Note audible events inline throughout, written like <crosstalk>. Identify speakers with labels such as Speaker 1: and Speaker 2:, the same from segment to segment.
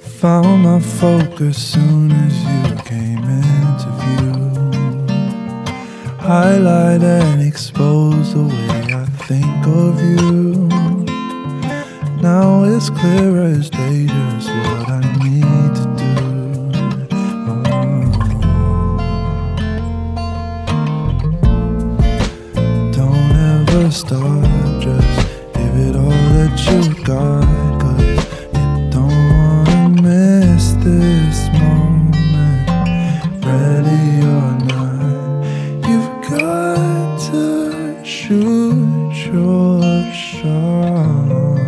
Speaker 1: found my focus soon as you came into view. Highlight and expose the way I think of you. Now it's clear as day just what I need to do. Oh. Don't ever stop, just give it all that you got. 'cause don't wanna miss this moment, ready or not. You've got to shoot your shot.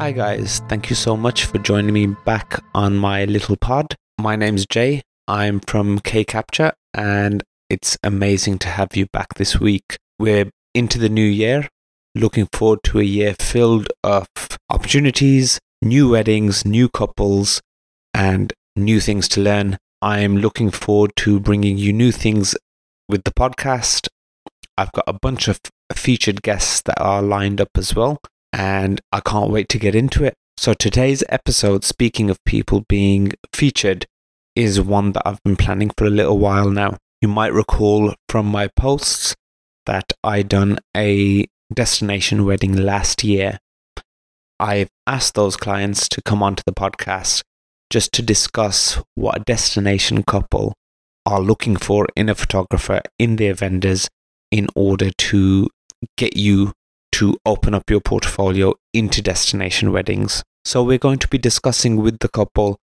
Speaker 2: Hi, guys. Thank you so much for joining me back on my little pod. My name's Jay. I'm from K Capture, and it's amazing to have you back this week. We're into the new year, looking forward to a year filled of opportunities, new weddings, new couples, and new things to learn. I'm looking forward to bringing you new things with the podcast. I've got a bunch of featured guests that are lined up as well and I can't wait to get into it. So, today's episode, speaking of people being featured, is one that I've been planning for a little while now. You might recall from my posts that I done a destination wedding last year. I've asked those clients to come onto the podcast just to discuss what a destination couple are looking for in a photographer in their vendors in order to get you to open up your portfolio into destination weddings. So, we're going to be discussing with the couple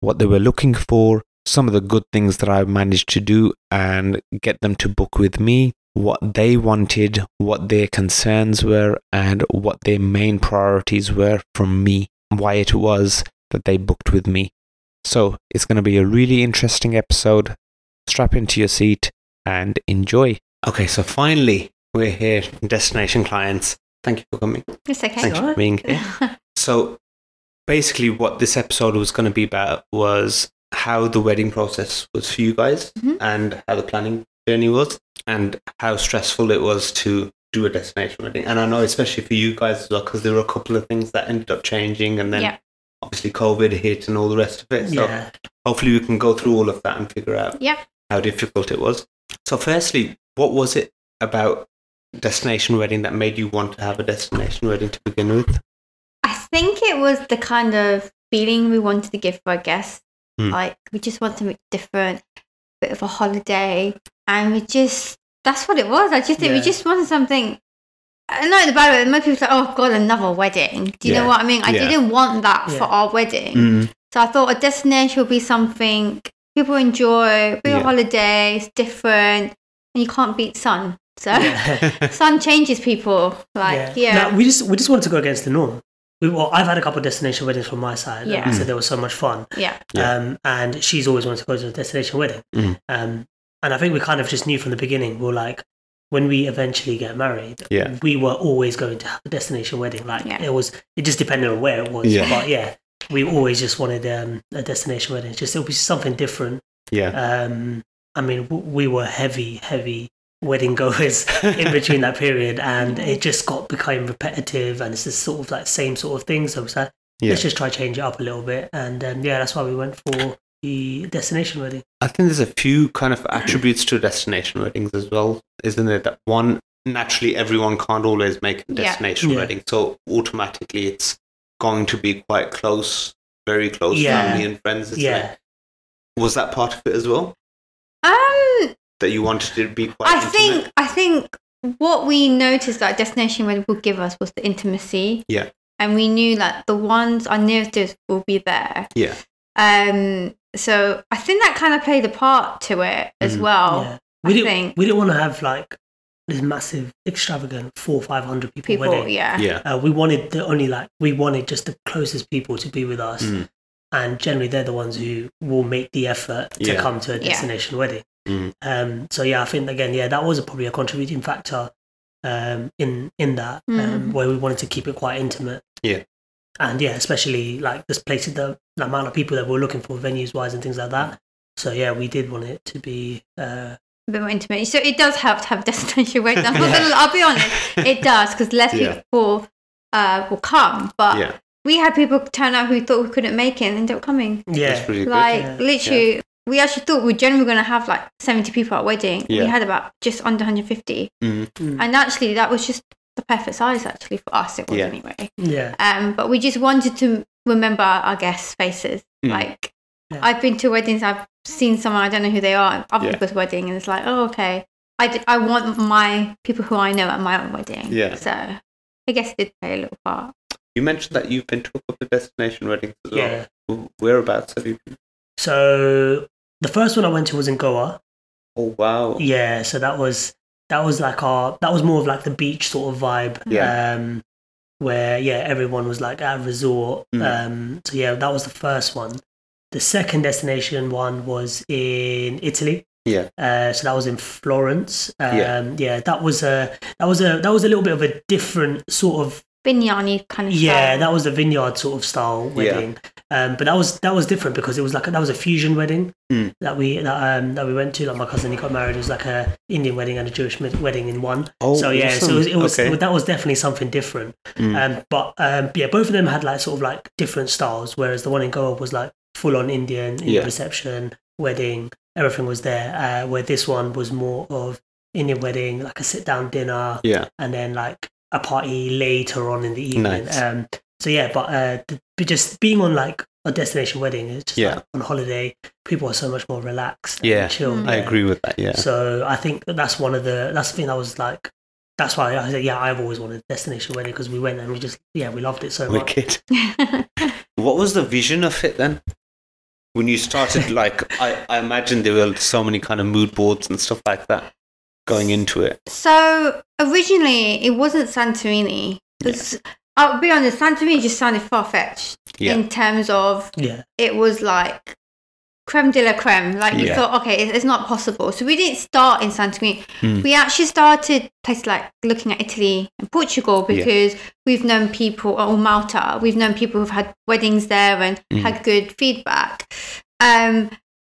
Speaker 2: what they were looking for, some of the good things that I managed to do and get them to book with me, what they wanted, what their concerns were, and what their main priorities were from me, why it was that they booked with me. So, it's going to be a really interesting episode. Strap into your seat and enjoy. Okay, so finally, we're here, destination clients. Thank you for coming.
Speaker 3: It's okay.
Speaker 2: Thank you <laughs> for being
Speaker 3: <laughs>
Speaker 2: here. So, basically, what this episode was going to be about was how the wedding process was for you guys
Speaker 3: Mhm.
Speaker 2: and how the planning journey was and how stressful it was to do a destination wedding. And I know, especially for you guys as well, because there were a couple of things that ended up changing and then
Speaker 3: Yeah.
Speaker 2: obviously COVID hit and all the rest of it. So,
Speaker 4: Yeah.
Speaker 2: hopefully, we can go through all of that and figure out
Speaker 3: Yeah.
Speaker 2: how difficult it was. So, firstly, what was it about destination wedding that made you want to have a destination wedding to begin with?
Speaker 3: I think it was the kind of feeling we wanted to give our guests.
Speaker 2: Hmm.
Speaker 3: Like we just want something different, bit of a holiday, and we just that's what it was. I just think we
Speaker 4: Yeah.
Speaker 3: just wanted something. I know in the bad way. Most people say, "Oh God, another wedding." Do you
Speaker 2: Yeah.
Speaker 3: know what I mean? I
Speaker 2: Yeah. Hmm.
Speaker 3: didn't want that for
Speaker 4: Yeah.
Speaker 3: our wedding.
Speaker 2: Mm.
Speaker 3: So I thought a destination would be something people enjoy, be
Speaker 2: Yeah.
Speaker 3: a holiday, it's different, and you can't beat sun. So sun changes people. Like yeah,
Speaker 4: No, we just we just wanted to go against the norm. We, well, I've had a couple of destination weddings from my side. Yeah.
Speaker 3: Yeah.
Speaker 4: so they were so much fun.
Speaker 3: yeah.
Speaker 2: Yeah.
Speaker 4: Um, and she's always wanted to go to a destination wedding.
Speaker 2: Mm.
Speaker 4: Um, and I think we kind of just knew from the beginning. We are like, when we eventually get married,
Speaker 2: Yeah.
Speaker 4: we were always going to have a destination wedding. Like
Speaker 3: Yeah.
Speaker 4: it was, it just depended on where it was.
Speaker 2: Yeah.
Speaker 4: But yeah, we always just wanted um, a destination wedding. It's just it'll be something different.
Speaker 2: <laughs> yeah.
Speaker 4: um, I mean, w- we were heavy, heavy wedding goers in between that period, and it just got became repetitive, and it's just sort of like same sort of thing. So it's like,
Speaker 2: Yeah.
Speaker 4: let's just try change it up a little bit, and um, yeah, that's why we went for the destination wedding.
Speaker 2: I think there's a few kind of attributes to destination weddings as well, isn't there? That one, naturally, everyone can't always make a
Speaker 3: Yeah.
Speaker 2: destination
Speaker 4: Yeah.
Speaker 2: wedding. So, automatically, it's going to be quite close, very close
Speaker 4: Yeah.
Speaker 2: family and friends. isn't
Speaker 4: yeah,
Speaker 2: it? Was that part of it as well?
Speaker 3: Um,
Speaker 2: That you wanted it to be quite
Speaker 3: Oh, I
Speaker 2: intimate?
Speaker 3: think I think what we noticed that destination wedding would give us was the intimacy.
Speaker 2: Yeah.
Speaker 3: And we knew that the ones our nearest to us will be there.
Speaker 2: Yeah.
Speaker 3: Um. So I think that kind of played a part to it as
Speaker 2: Mhm.
Speaker 3: well.
Speaker 4: yeah.
Speaker 3: Oh, I
Speaker 4: We didn't
Speaker 3: think-
Speaker 4: we didn't want to have like this massive, extravagant four five hundred people,
Speaker 3: People.
Speaker 4: wedding.
Speaker 3: Yeah.
Speaker 2: Yeah.
Speaker 4: Uh, we wanted the only like we wanted just the closest people to be with us,
Speaker 2: Mm.
Speaker 4: and generally they're the ones who will make the effort to
Speaker 2: Yeah.
Speaker 4: come to a
Speaker 3: Yeah.
Speaker 4: destination wedding.
Speaker 2: Mm.
Speaker 4: Um, so yeah, I think again, yeah, that was probably a contributing factor um, in in that um,
Speaker 3: Mm.
Speaker 4: where we wanted to keep it quite intimate.
Speaker 2: Yeah.
Speaker 4: and yeah, especially like this place, the, the amount of people that we we're looking for, venues wise, and things like that. So yeah, we did want it to be. Uh,
Speaker 3: A bit more intimate. So it does help to have <laughs> destination wedding. I'm not
Speaker 2: Yeah. <laughs>
Speaker 3: gonna, I'll be honest. It does because less
Speaker 2: Yeah.
Speaker 3: people uh, will come, but
Speaker 2: Yeah.
Speaker 3: we had people turn up who thought we couldn't make it and end up coming.
Speaker 2: That's
Speaker 4: Yeah.
Speaker 2: pretty good.
Speaker 3: Like
Speaker 4: Yeah.
Speaker 3: literally, we actually thought we were generally going to have like seventy people at wedding.
Speaker 2: Yeah.
Speaker 3: We had about just under one hundred fifty,
Speaker 2: Mm.
Speaker 3: and actually that was just the perfect size actually for us. It was
Speaker 2: Yeah.
Speaker 3: anyway.
Speaker 4: Yeah.
Speaker 3: Um, but we just wanted to remember our guests' faces.
Speaker 2: Mm.
Speaker 3: Like
Speaker 4: Yeah.
Speaker 3: I've been to weddings, I've seen someone I don't know who they are, at other
Speaker 2: Yeah.
Speaker 3: people's wedding, and it's like, oh okay. I, d- I want my people who I know at my own wedding.
Speaker 2: Yeah.
Speaker 3: So I guess it did play a little part.
Speaker 2: You mentioned that you've been to a couple of destination weddings as well.
Speaker 4: Yeah.
Speaker 2: Wh- Whereabouts have you been?
Speaker 4: So the first one I went to was in Goa.
Speaker 2: Oh, wow.
Speaker 4: Yeah, so that was that was like our that was more of like the beach sort of vibe.
Speaker 2: Yeah.
Speaker 4: Um where yeah, everyone was like at a resort.
Speaker 2: Mm.
Speaker 4: Um so yeah, that was the first one. The second destination one was in Italy.
Speaker 2: Yeah.
Speaker 4: Uh, so that was in Florence. Um,
Speaker 2: Yeah.
Speaker 4: yeah. that was a that was a that was a little bit of a different sort of
Speaker 3: Binyani kind of
Speaker 4: yeah,
Speaker 3: style.
Speaker 4: that was a vineyard sort of style wedding. Um, but that was that was different because it was like that was a fusion wedding
Speaker 2: Mm.
Speaker 4: that we that, um, that we went to. Like my cousin, he got married. It was like a Indian wedding and a Jewish mid- wedding in one.
Speaker 2: Oh,
Speaker 4: so yeah, so it was, it was
Speaker 2: okay.
Speaker 4: that was definitely something different.
Speaker 2: Mm.
Speaker 4: Um, but um, yeah, both of them had like sort of like different styles. Whereas the one in Goa was like full on Indian, Indian
Speaker 2: Yeah.
Speaker 4: reception, wedding, everything was there. Uh, where this one was more of Indian wedding, like a sit down dinner
Speaker 2: yeah.
Speaker 4: and then like a party later on in the evening.
Speaker 2: Nice.
Speaker 4: Um, so yeah, but uh, th- but just being on like a destination wedding is just
Speaker 2: Yeah.
Speaker 4: like, on holiday. People are so much more relaxed. and
Speaker 2: Yeah,
Speaker 4: chill.
Speaker 3: Mm.
Speaker 2: I agree with that. Yeah.
Speaker 4: So I think that that's one of the that's the thing that was like. That's why I said, yeah, I've always wanted a destination wedding because we went and we just, yeah, we loved it so much.
Speaker 2: <laughs> Wicked. <laughs> What was the vision of it then? When you started, like, I, I imagine there were so many kind of mood boards and stuff like that going into it.
Speaker 3: So originally, it wasn't Santorini. 'Cause I'll be honest, Santorini just sounded far fetched
Speaker 2: Yeah.
Speaker 3: in terms of
Speaker 4: Yeah,
Speaker 3: it was like creme de la creme. Like you
Speaker 2: Yeah.
Speaker 3: thought, okay, it- it's not possible. So we didn't start in Santorini.
Speaker 2: Mm.
Speaker 3: We actually started places like looking at Italy and Portugal
Speaker 2: Yeah.
Speaker 3: because we've known people, or Malta, we've known people who've had weddings there and
Speaker 2: Mm.
Speaker 3: had good feedback. Um,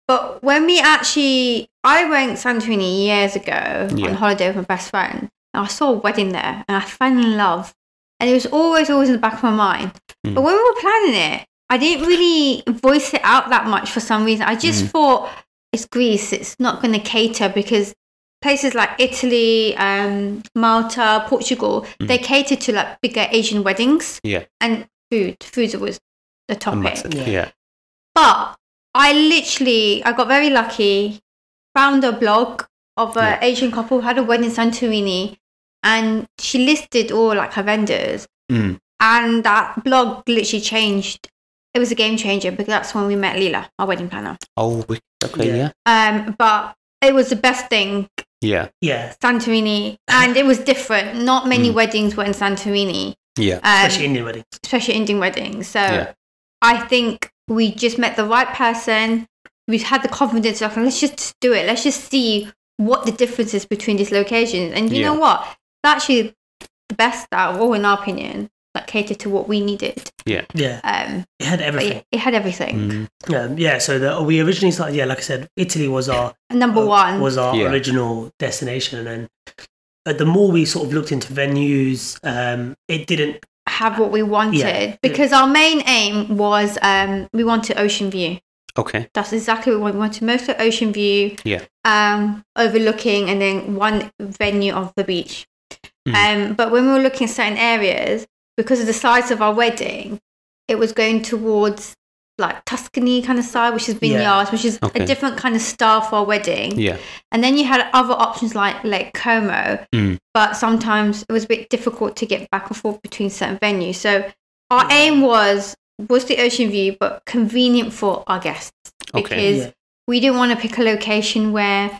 Speaker 3: but when we actually, I went Santorini years ago
Speaker 2: Yeah.
Speaker 3: on holiday with my best friend. And I saw a wedding there, and I fell in love. And it was always, always in the back of my mind.
Speaker 2: Mm.
Speaker 3: But when we were planning it, I didn't really voice it out that much for some reason. I just
Speaker 2: Mm.
Speaker 3: thought it's Greece; it's not going to cater because places like Italy, um, Malta, Portugal, they cater to like bigger Asian weddings
Speaker 2: Mm. Yeah.
Speaker 3: and food. Food was the topic.
Speaker 2: Massive.
Speaker 4: Yeah.
Speaker 2: Yeah.
Speaker 3: But I literally, I got very lucky, found a blog of an
Speaker 2: Yeah.
Speaker 3: Asian couple who had a wedding in Santorini, and she listed all like her vendors.
Speaker 2: Mm.
Speaker 3: And that blog literally changed. It was a game changer because that's when we met Leela, our wedding planner.
Speaker 2: Oh, wicked. Okay. Yeah.
Speaker 4: Yeah.
Speaker 3: Um, but it was the best thing,
Speaker 2: Yeah.
Speaker 3: Um,
Speaker 4: yeah,
Speaker 3: Santorini, and it was different. Not many
Speaker 2: Mm.
Speaker 3: weddings were in Santorini,
Speaker 2: Yeah.
Speaker 3: um,
Speaker 4: especially Indian weddings.
Speaker 3: especially Indian weddings. So
Speaker 2: Yeah.
Speaker 3: I think we just met the right person. We had the confidence, like, let's just do it. Let's just see what the difference is between these locations. And you
Speaker 2: Yeah.
Speaker 3: know what? It's actually the best out of all, in our opinion, that catered to what we needed.
Speaker 4: Yeah,
Speaker 3: Um,
Speaker 4: it had
Speaker 3: but
Speaker 4: everything.
Speaker 3: it, it had everything.
Speaker 2: Mm.
Speaker 4: Um, yeah, so the, we originally started, yeah, like I said, Italy was our
Speaker 3: Number
Speaker 4: uh,
Speaker 3: one.
Speaker 4: was our
Speaker 2: Yeah.
Speaker 4: original destination and uh, the more we sort of looked into venues um it didn't
Speaker 3: have what we wanted
Speaker 4: Yeah.
Speaker 3: because our main aim was um, we wanted ocean view.
Speaker 2: Okay.
Speaker 3: That's exactly what we wanted. Mostly ocean view,
Speaker 2: Yeah.
Speaker 3: um, overlooking, and then one venue of the beach.
Speaker 4: Mm.
Speaker 3: Um, but when we were looking at certain areas, because of the size of our wedding, it was going towards like Tuscany kind of side, which is
Speaker 4: Yeah.
Speaker 3: vineyards, which is
Speaker 2: Okay.
Speaker 3: a different kind of style for our wedding.
Speaker 2: Yeah.
Speaker 3: And then you had other options like Lake Como,
Speaker 2: Mm.
Speaker 3: but sometimes it was a bit difficult to get back and forth between certain venues. So our aim was was the ocean view, but convenient for our guests
Speaker 2: Okay.
Speaker 3: because
Speaker 4: Yeah.
Speaker 3: we didn't want to pick a location where you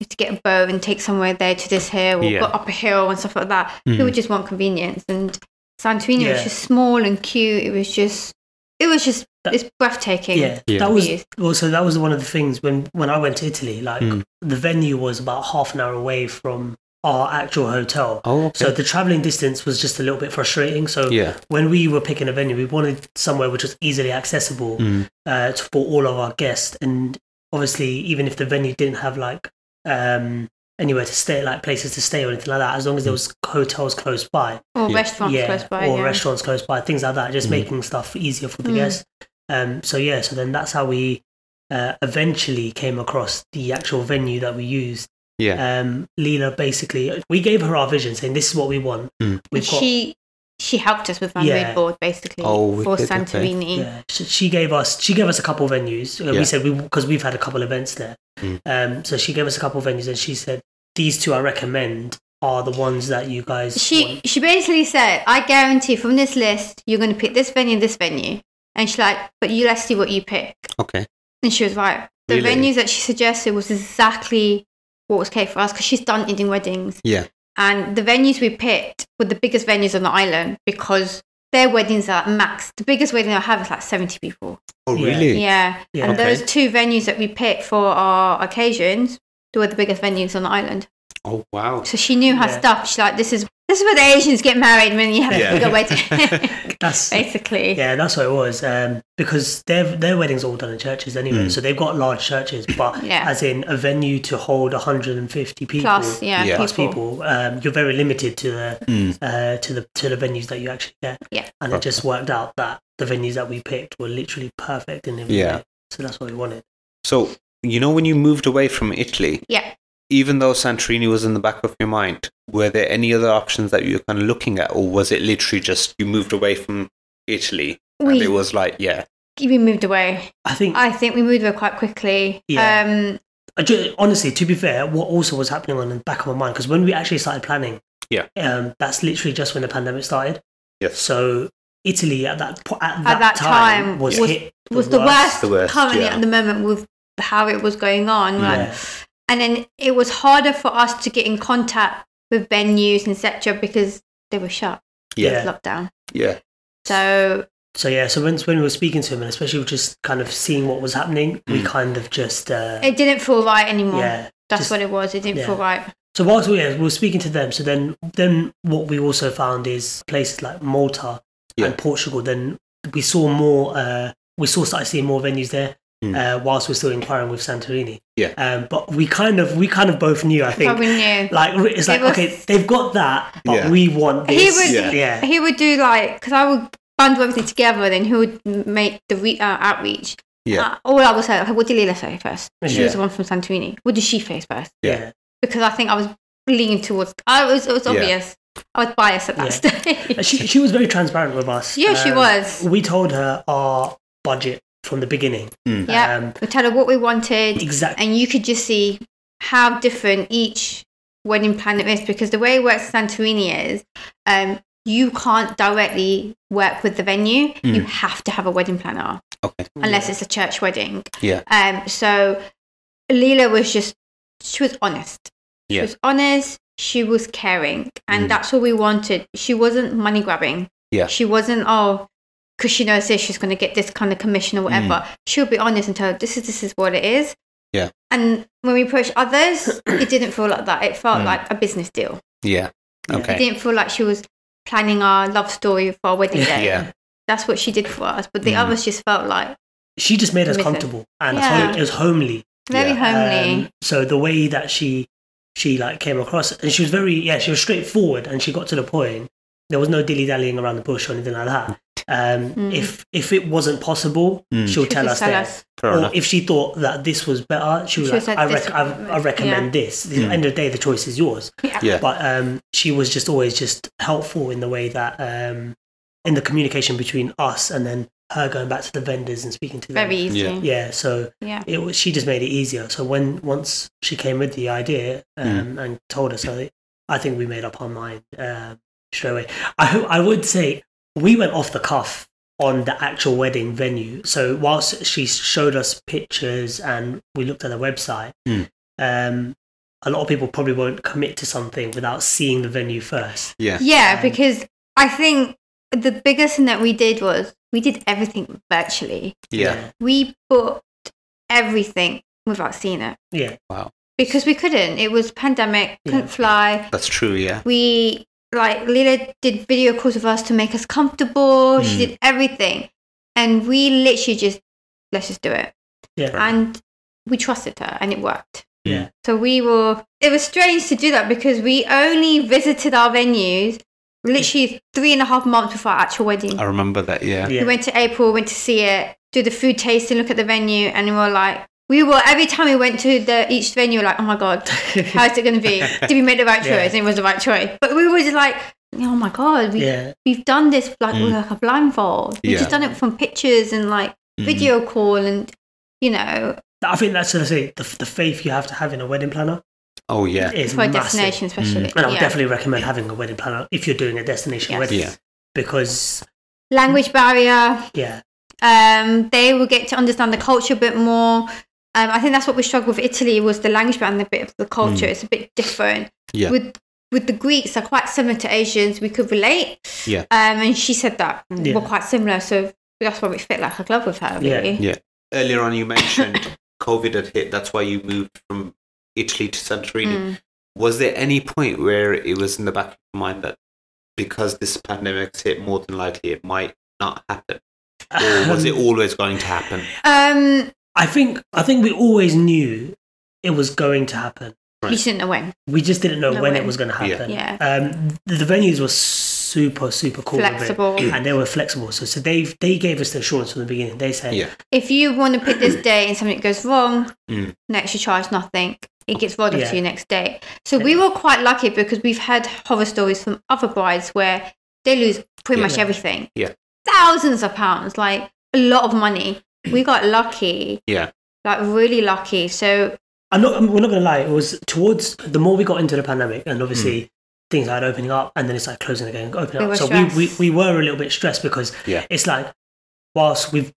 Speaker 3: have to get a boat and take somewhere there to this hill or
Speaker 2: Yeah.
Speaker 3: go up a hill and stuff like that.
Speaker 2: Mhm.
Speaker 3: People just want convenience, and Santorini was
Speaker 4: Yeah.
Speaker 3: just small and cute. It was just, it was just,
Speaker 4: That-
Speaker 3: it's breathtaking.
Speaker 4: yeah,
Speaker 2: Yeah.
Speaker 4: that was
Speaker 3: Venues.
Speaker 4: well so that was one of the things when when i went to italy like
Speaker 2: Mm.
Speaker 4: the venue was about half an hour away from our actual hotel
Speaker 2: Oh, okay.
Speaker 4: so the traveling distance was just a little bit frustrating so
Speaker 2: yeah.
Speaker 4: when we were picking a venue we wanted somewhere which was easily accessible
Speaker 2: Mm.
Speaker 4: uh, to- for all of our guests. And obviously, even if the venue didn't have like um, anywhere to stay, like places to stay or anything like that, as long as there
Speaker 2: Hmm.
Speaker 4: was hotels close by,
Speaker 3: or
Speaker 2: Yeah.
Speaker 3: restaurants
Speaker 4: yeah,
Speaker 3: close by.
Speaker 4: or
Speaker 3: yeah.
Speaker 4: restaurants close by, things like that, just
Speaker 2: Mm.
Speaker 4: making stuff easier for the
Speaker 3: Mm.
Speaker 4: guests. Um, so yeah, so then that's how we uh, eventually came across the actual venue that we used.
Speaker 2: Yeah.
Speaker 4: Um, Leela basically, we gave her our vision, saying this is what we want.
Speaker 2: Mm.
Speaker 3: And
Speaker 4: We've got
Speaker 3: she she helped us with our
Speaker 4: Yeah.
Speaker 3: mood board basically
Speaker 2: Oh,
Speaker 3: for
Speaker 2: wicked, okay.
Speaker 3: Santorini.
Speaker 4: Yeah, she, she gave us she gave us a couple of venues. Uh,
Speaker 2: Yeah.
Speaker 4: We said we because we've had a couple of events there.
Speaker 2: Mm.
Speaker 4: Um, so she gave us a couple of venues, and she said these two I recommend are the ones that you guys.
Speaker 3: She
Speaker 4: want."
Speaker 3: she basically said, "I guarantee from this list you're going to pick this venue, this venue," and she's like, "But you let's see what you pick."
Speaker 2: Okay.
Speaker 3: And she was right. The
Speaker 2: Really?
Speaker 3: venues that she suggested was exactly what was okay for us because she's done eating weddings,
Speaker 2: Yeah.
Speaker 3: and the venues we picked were the biggest venues on the island because their weddings are max. The biggest wedding I have is like seventy people.
Speaker 2: Oh,
Speaker 4: Yeah.
Speaker 2: really?
Speaker 3: Yeah.
Speaker 4: Yeah.
Speaker 3: And
Speaker 2: Okay.
Speaker 3: those two venues that we picked for our occasions were the biggest venues on the island.
Speaker 2: Oh, wow.
Speaker 3: So she knew her
Speaker 4: Yeah.
Speaker 3: stuff. She's like, this is this is where the Asians get married when you have
Speaker 2: Yeah.
Speaker 3: a
Speaker 2: <laughs>
Speaker 3: bigger wedding. <laughs>
Speaker 4: that's
Speaker 3: Basically.
Speaker 4: yeah, that's what it was. Um, because their their weddings are all done in churches anyway,
Speaker 2: Mm.
Speaker 4: so they've got large churches, but
Speaker 3: <laughs> Yeah.
Speaker 4: as in a venue to hold 150 people.
Speaker 3: Plus, yeah,
Speaker 2: Yeah.
Speaker 4: plus people, um, you're very limited to the
Speaker 2: Mm.
Speaker 4: uh, to the to the venues that you actually get.
Speaker 3: Yeah.
Speaker 4: And it just worked out that the venues that we picked were literally perfect in every
Speaker 2: Yeah.
Speaker 4: way. So that's what we wanted.
Speaker 2: So, you know, when you moved away from Italy,
Speaker 3: Yeah.
Speaker 2: even though Santorini was in the back of your mind, were there any other options that you were kind of looking at, or was it literally just you moved away from Italy and
Speaker 3: We-
Speaker 2: it was like, yeah,
Speaker 3: We moved away.
Speaker 4: I think
Speaker 3: I think we moved away quite quickly.
Speaker 4: Yeah.
Speaker 3: Um,
Speaker 4: I ju- honestly, to be fair, what also was happening on the back of my mind because when we actually started planning,
Speaker 2: Yeah.
Speaker 4: um, that's literally just when the pandemic started.
Speaker 2: yes,
Speaker 4: So Italy at that po- at,
Speaker 3: at that
Speaker 4: time,
Speaker 3: time
Speaker 4: was,
Speaker 3: was,
Speaker 4: hit
Speaker 3: was the worst,
Speaker 2: The worst,
Speaker 3: currently
Speaker 2: yeah.
Speaker 3: at the moment with how it was going on. Like,
Speaker 4: Yeah.
Speaker 3: and then it was harder for us to get in contact with venues and etc. because they were shut.
Speaker 2: yeah,
Speaker 4: Yeah.
Speaker 3: Lockdown.
Speaker 2: yeah,
Speaker 3: So
Speaker 4: So yeah, so when when we were speaking to him and especially just kind of seeing what was happening, we
Speaker 2: Mm.
Speaker 4: kind of just uh,
Speaker 3: it didn't feel right anymore.
Speaker 4: yeah.
Speaker 3: That's
Speaker 4: just-
Speaker 3: what it was. It didn't
Speaker 4: yeah.
Speaker 3: feel right.
Speaker 4: So whilst we, yeah, we were speaking to them, so then then what we also found is places like Malta
Speaker 2: Yeah.
Speaker 4: and Portugal. Then we saw more. Uh, we saw started seeing more venues there.
Speaker 2: Mm.
Speaker 4: Uh, whilst we're still inquiring with Santorini,
Speaker 2: Yeah.
Speaker 4: um, but we kind of we kind of both knew. I think
Speaker 3: Probably knew.
Speaker 4: like re- it's
Speaker 3: They
Speaker 4: like
Speaker 3: were-
Speaker 4: okay, they've got that, but
Speaker 2: Yeah.
Speaker 4: we want
Speaker 3: He
Speaker 4: this.
Speaker 3: would-
Speaker 2: Yeah.
Speaker 4: yeah,
Speaker 3: He would do like because I would bundle everything together. Then he would make the re- uh, outreach.
Speaker 2: yeah,
Speaker 3: Uh, all I would say, okay, what did Lila say first? She
Speaker 2: Yeah.
Speaker 3: was the one from Santorini. What did she face first?
Speaker 2: Yeah.
Speaker 4: yeah.
Speaker 3: Because I think I was leaning towards. I was. It was
Speaker 2: Yeah.
Speaker 3: obvious. I was biased at
Speaker 4: Yeah.
Speaker 3: that stage.
Speaker 4: And <laughs> She she was very transparent with us.
Speaker 3: yeah, she
Speaker 4: Um,
Speaker 3: was.
Speaker 4: We told her our budget from the beginning.
Speaker 2: mm,
Speaker 3: Yeah.
Speaker 4: Um,
Speaker 3: we tell her what we wanted.
Speaker 4: exactly.
Speaker 3: and you could just see how different each wedding planner is because the way it works at Santorini is um, you can't directly work with the venue. You have to have a wedding planner
Speaker 2: okay,
Speaker 3: unless it's a church wedding.
Speaker 2: Yeah.
Speaker 3: Um, so Leela was just, she was honest. She
Speaker 2: Yeah.
Speaker 3: was honest. She was caring. And
Speaker 2: Mm.
Speaker 3: that's what we wanted. She wasn't money grabbing.
Speaker 2: Yeah.
Speaker 3: She wasn't, oh, because she knows this, she's going to get this kind of commission or whatever. She'll be honest and tell her, this is, this is what it is.
Speaker 2: Mm. Yeah.
Speaker 3: And when we approached
Speaker 2: <clears throat>
Speaker 3: others, it didn't feel like that. It felt
Speaker 2: Mm.
Speaker 3: like a business deal.
Speaker 2: yeah,
Speaker 4: Yeah.
Speaker 3: It
Speaker 2: okay,
Speaker 3: didn't feel like she was planning our love story for
Speaker 2: <laughs>
Speaker 3: our wedding
Speaker 4: Yeah.
Speaker 3: day.
Speaker 2: Yeah.
Speaker 3: That's what she did for us. But the
Speaker 2: Mm.
Speaker 3: others just felt like
Speaker 4: She just made us
Speaker 3: Listen.
Speaker 4: comfortable and
Speaker 3: Yeah.
Speaker 4: home, it was homely.
Speaker 3: very homely.
Speaker 4: Um, so the way that she she like came across, and she was very yeah, she was straightforward, and she got to the point. There was no dilly dallying around the bush or anything like that. Um,
Speaker 3: Mm.
Speaker 4: If if it wasn't possible,
Speaker 2: Mm.
Speaker 4: she'll
Speaker 3: She
Speaker 4: tell
Speaker 3: just
Speaker 4: us
Speaker 3: tell
Speaker 4: there.
Speaker 3: us.
Speaker 2: fair
Speaker 4: or
Speaker 2: enough.
Speaker 4: if she thought that this was better, she was
Speaker 3: She
Speaker 4: like,
Speaker 3: said
Speaker 4: I,
Speaker 3: this-
Speaker 4: rec- I, I recommend this. At the
Speaker 2: Mm.
Speaker 4: end of the day, the choice is yours.
Speaker 2: Yeah.
Speaker 4: But um, she was just always just helpful in the way that, um, in the communication between us and then her going back to the vendors and speaking to them.
Speaker 3: Very easy.
Speaker 2: Yeah.
Speaker 4: yeah, so
Speaker 3: Yeah.
Speaker 4: it was, she just made it easier. So when once she came with the idea um,
Speaker 2: Mm-hmm.
Speaker 4: and told us, I, thi- I think we made up our mind um straight away. I ho- I would say we went off the cuff on the actual wedding venue. So whilst she showed us pictures and we looked at the website,
Speaker 2: Mm.
Speaker 4: um, a lot of people probably won't commit to something without seeing the venue first.
Speaker 2: Yeah,
Speaker 3: Yeah,
Speaker 4: Um,
Speaker 3: because I think the biggest thing that we did was we did everything virtually.
Speaker 2: yeah,
Speaker 3: We booked everything without seeing it
Speaker 4: yeah,
Speaker 3: because we couldn't. It was pandemic, couldn't
Speaker 4: Yeah.
Speaker 3: fly.
Speaker 2: that's true, yeah,
Speaker 3: We like Leela did video calls with us to make us comfortable.
Speaker 2: Mm.
Speaker 3: She did everything, and we literally just let's just do it,
Speaker 4: yeah.
Speaker 3: and we trusted her, and it worked.
Speaker 4: Yeah.
Speaker 3: So we were, it was strange to do that because we only visited our venues literally three and a half months before our actual wedding.
Speaker 2: I remember that, yeah.
Speaker 4: Yeah.
Speaker 3: We went to April, went to see it, do the food tasting, look at the venue, and we were like, we were every time we went to the each venue, we were like, oh my god,
Speaker 4: <laughs>
Speaker 3: how's it gonna be? Did we make the right choice?
Speaker 4: Yeah.
Speaker 3: And it was the right choice, but we were just like, oh my god, we
Speaker 4: <laughs> Yeah.
Speaker 3: we've done this like
Speaker 2: Mm.
Speaker 3: with like a blindfold. We've
Speaker 2: Yeah.
Speaker 3: just done it from pictures and like
Speaker 4: Mm-hmm.
Speaker 3: video call and you know
Speaker 4: I think that's what I say. The, the faith you have to have in a wedding planner
Speaker 2: Oh, yeah.
Speaker 4: is
Speaker 3: for a
Speaker 4: massive.
Speaker 3: destination especially.
Speaker 4: And I would
Speaker 3: yeah.
Speaker 4: definitely recommend having a wedding planner if you're doing a destination
Speaker 3: Yes.
Speaker 4: wedding.
Speaker 2: Yeah.
Speaker 4: Because,
Speaker 3: Language barrier.
Speaker 4: yeah,
Speaker 3: Um, they will get to understand the culture a bit more. Um, I think that's what we struggled with Italy was the language and the bit of the culture.
Speaker 4: Mm.
Speaker 3: It's a bit different.
Speaker 2: Yeah.
Speaker 3: With with the Greeks are quite similar to Asians. We could relate.
Speaker 2: Yeah.
Speaker 3: Um, and she said that
Speaker 4: Yeah.
Speaker 3: we're quite similar, so that's why we fit like a glove with her.
Speaker 4: Yeah.
Speaker 3: Really.
Speaker 2: Yeah. Earlier on, you mentioned COVID had hit. That's why you moved from Italy to
Speaker 3: Mm.
Speaker 2: Santorini. Was there any point where it was in the back of your mind that because this pandemic's hit, more than likely it might not happen? Or was it always going to happen?
Speaker 3: Um,
Speaker 4: I think I think we always knew it was going to happen.
Speaker 3: we just didn't know when.
Speaker 4: We just didn't know
Speaker 3: No
Speaker 4: when
Speaker 3: way.
Speaker 4: it was going to
Speaker 2: Yeah.
Speaker 4: happen.
Speaker 3: Yeah.
Speaker 4: Um, the venues were super super cool with it.
Speaker 3: Flexible.
Speaker 4: and they were flexible. So so they they gave us the assurance from the beginning. They
Speaker 2: <laughs>
Speaker 4: said,
Speaker 2: Yeah.
Speaker 3: If you want to
Speaker 2: <clears throat>
Speaker 3: pick this day and something goes wrong,
Speaker 2: Mm.
Speaker 3: next you charge nothing. It gets rolled off
Speaker 4: Yeah.
Speaker 3: to you next day. So we were quite lucky because we've had horror stories from other brides where they lose pretty
Speaker 2: Yeah.
Speaker 3: much everything.
Speaker 2: Yeah.
Speaker 3: Thousands of pounds, like a lot of money.
Speaker 2: <clears throat>
Speaker 3: We got lucky,
Speaker 2: Yeah.
Speaker 3: like really lucky. So
Speaker 4: I'm not. I'm- we're not going to lie. It was towards the more we got into the pandemic, and obviously things started opening up, and then it's like closing again,
Speaker 3: We
Speaker 4: opening up.
Speaker 3: Hmm. were
Speaker 4: So we, we
Speaker 3: stressed.
Speaker 4: we were a little bit stressed because
Speaker 2: Yeah.
Speaker 4: it's like whilst we've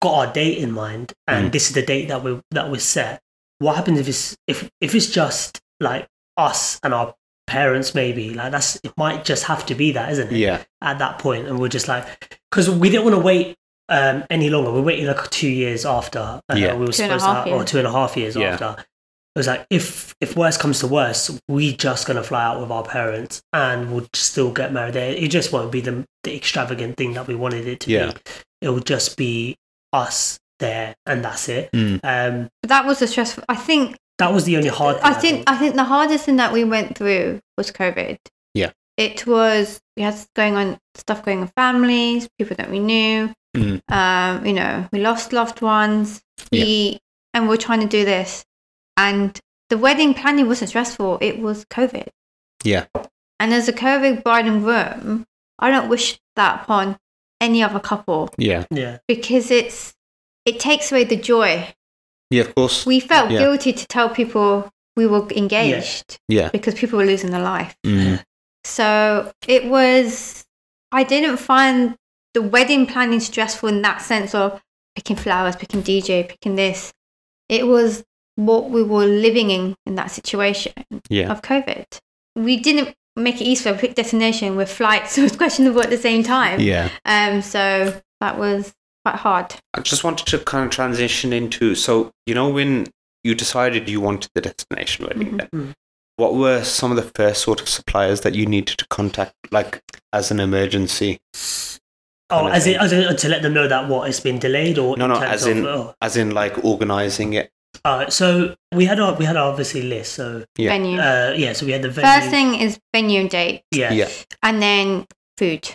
Speaker 4: got our date in mind,
Speaker 3: Hmm.
Speaker 4: and this is the date that we that we set. What happens if it's if if it's just like us and our parents maybe like that's it might just have to be that isn't it
Speaker 2: Yeah.
Speaker 4: at that point and we're just like because we didn't want to wait um any longer we're waiting like two years after uh,
Speaker 2: Yeah.
Speaker 4: we were
Speaker 3: Two and
Speaker 4: supposed
Speaker 3: a
Speaker 4: to
Speaker 3: half
Speaker 4: or
Speaker 3: years.
Speaker 4: two and a half years
Speaker 2: Yeah.
Speaker 4: after it was like if if worse comes to worse we just gonna fly out with our parents and we'll still get married there it just won't be the, the extravagant thing that we wanted it to
Speaker 2: Yeah.
Speaker 4: be it will just be us there and that's it
Speaker 2: Mm.
Speaker 4: um
Speaker 3: that was a stressful. I think
Speaker 4: that was the only hard
Speaker 3: I
Speaker 4: thing,
Speaker 3: think I think the hardest thing that we went through was COVID.
Speaker 2: Yeah.
Speaker 3: It was we had going on stuff going on families, people that we knew.
Speaker 2: Mm.
Speaker 3: Um, you know, we lost loved ones.
Speaker 2: Yeah.
Speaker 3: We and we are trying to do this. And the wedding planning wasn't stressful, it was COVID.
Speaker 2: Yeah.
Speaker 3: And as a COVID bride and groom, I don't wish that upon any other couple
Speaker 2: Yeah.
Speaker 4: yeah
Speaker 3: because it's it takes away the joy
Speaker 2: Yeah, of course.
Speaker 3: we felt
Speaker 2: Yeah.
Speaker 3: guilty to tell people we were engaged
Speaker 2: Yeah.
Speaker 3: because people were losing their life
Speaker 2: Mm.
Speaker 3: so it was i didn't find the wedding planning stressful in that sense of picking flowers picking dj picking this it was what we were living in in that situation
Speaker 2: Yeah.
Speaker 3: of covid we didn't make it easy for a quick destination with flights <laughs> was questionable at the same time
Speaker 2: Yeah.
Speaker 3: um so that was quite hard
Speaker 2: I just wanted to kind of transition into so you know when you decided you wanted the destination wedding
Speaker 3: Mhm.
Speaker 2: then
Speaker 4: Mhm.
Speaker 2: what were some of the first sort of suppliers that you needed to contact like as an emergency
Speaker 4: oh
Speaker 2: kind of
Speaker 4: as in,
Speaker 2: thing.
Speaker 4: as in to let them know that what it's been delayed or
Speaker 2: No,
Speaker 4: in
Speaker 2: no,
Speaker 4: terms
Speaker 2: as
Speaker 4: of,
Speaker 2: in-
Speaker 4: oh.
Speaker 2: as in like organizing it
Speaker 4: Alright, Uh, so we had our we had our obviously list. So
Speaker 2: Yeah.
Speaker 3: venue
Speaker 4: uh, yeah, so we had the venue.
Speaker 3: first thing is venue and date
Speaker 4: yeah,
Speaker 2: yeah
Speaker 3: and then food.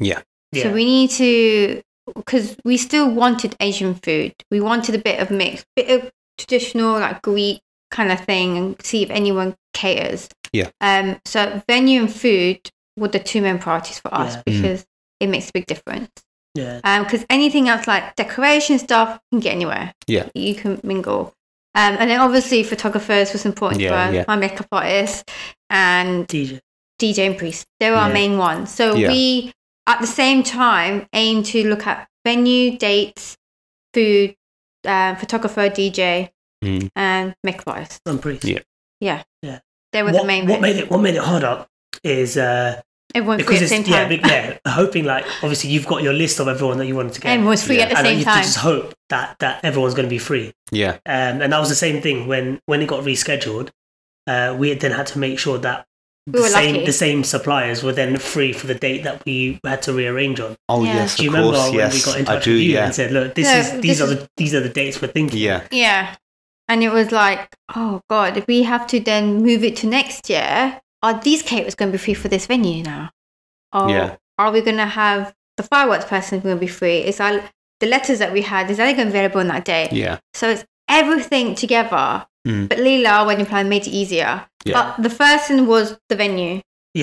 Speaker 4: yeah,
Speaker 3: So we need to, because we still wanted Asian food. We wanted a bit of mix, bit of traditional like Greek kind of thing, and see if anyone caters.
Speaker 2: Yeah.
Speaker 3: Um. So venue and food were the two main priorities for us
Speaker 4: Yeah.
Speaker 2: Mm.
Speaker 3: because it makes a big difference.
Speaker 4: yeah.
Speaker 3: Um. Because anything else like decoration stuff you can get anywhere.
Speaker 2: Yeah.
Speaker 3: You can mingle. Um, and then obviously photographers was important for
Speaker 2: Yeah,
Speaker 3: us,
Speaker 2: yeah.
Speaker 3: my makeup artist, and
Speaker 4: DJ.
Speaker 3: DJ and Priest. They're our
Speaker 4: Yeah.
Speaker 3: main ones. So
Speaker 2: Yeah.
Speaker 3: we, at the same time, aim to look at venue, dates, food, um, photographer, DJ,
Speaker 2: Mm.
Speaker 3: and makeup artist.
Speaker 4: I'm pretty.
Speaker 2: Yeah.
Speaker 3: They were
Speaker 4: what,
Speaker 3: the main.
Speaker 4: what
Speaker 3: ones.
Speaker 4: made it what made it harder is uh,
Speaker 3: Everyone's free
Speaker 4: because
Speaker 3: at the
Speaker 4: it's
Speaker 3: same
Speaker 4: yeah,
Speaker 3: time.
Speaker 4: big, yeah, hoping like obviously you've got your list of everyone that you wanted to get,
Speaker 3: Everyone's free
Speaker 2: Yeah.
Speaker 3: at the
Speaker 4: and then
Speaker 3: same
Speaker 4: you
Speaker 3: time.
Speaker 4: just hope that that everyone's going to be free.
Speaker 2: yeah
Speaker 4: Um, and that was the same thing when when it got rescheduled. Uh, we then had to make sure that
Speaker 3: We
Speaker 4: the
Speaker 3: were
Speaker 4: same
Speaker 3: lucky.
Speaker 4: the same suppliers were then free for the date that we had to rearrange on.
Speaker 2: oh
Speaker 3: Yeah.
Speaker 2: yes
Speaker 4: Do you
Speaker 2: of
Speaker 4: remember
Speaker 2: course
Speaker 4: when
Speaker 2: yes
Speaker 4: we got in
Speaker 2: I
Speaker 4: touch
Speaker 2: do
Speaker 4: with you
Speaker 2: yeah
Speaker 4: and said, "Look, this
Speaker 3: No,
Speaker 4: is these
Speaker 3: this
Speaker 4: are
Speaker 3: is-
Speaker 4: the these are the dates we're thinking."
Speaker 2: yeah
Speaker 3: yeah. and it was like, oh god, if we have to then move it to next year, are these caterers going to be free for this venue now? Or
Speaker 2: Yeah.
Speaker 3: are we going to have the fireworks person going to be free? Is our, the letters that we had is that going to be available on that day?
Speaker 2: Yeah.
Speaker 3: So it's everything together.
Speaker 2: Mm.
Speaker 3: But Leela, our wedding plan, made it easier.
Speaker 2: Yeah.
Speaker 3: But the first thing was the venue.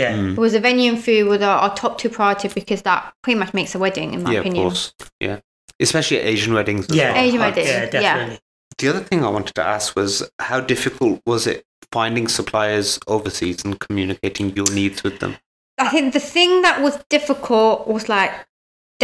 Speaker 4: Yeah.
Speaker 2: Mm.
Speaker 3: It was the venue and food were our, our top two priority because that pretty much makes a wedding, in my
Speaker 2: yeah,
Speaker 3: opinion.
Speaker 2: of course. Yeah. Especially Asian weddings. as
Speaker 4: Yeah.
Speaker 2: well.
Speaker 3: Asian
Speaker 2: I-
Speaker 3: weddings.
Speaker 4: Yeah,
Speaker 3: Yeah.
Speaker 4: definitely.
Speaker 2: The other thing I wanted to ask was how difficult was it finding suppliers overseas and communicating your needs with them?
Speaker 3: I think the thing that was difficult was like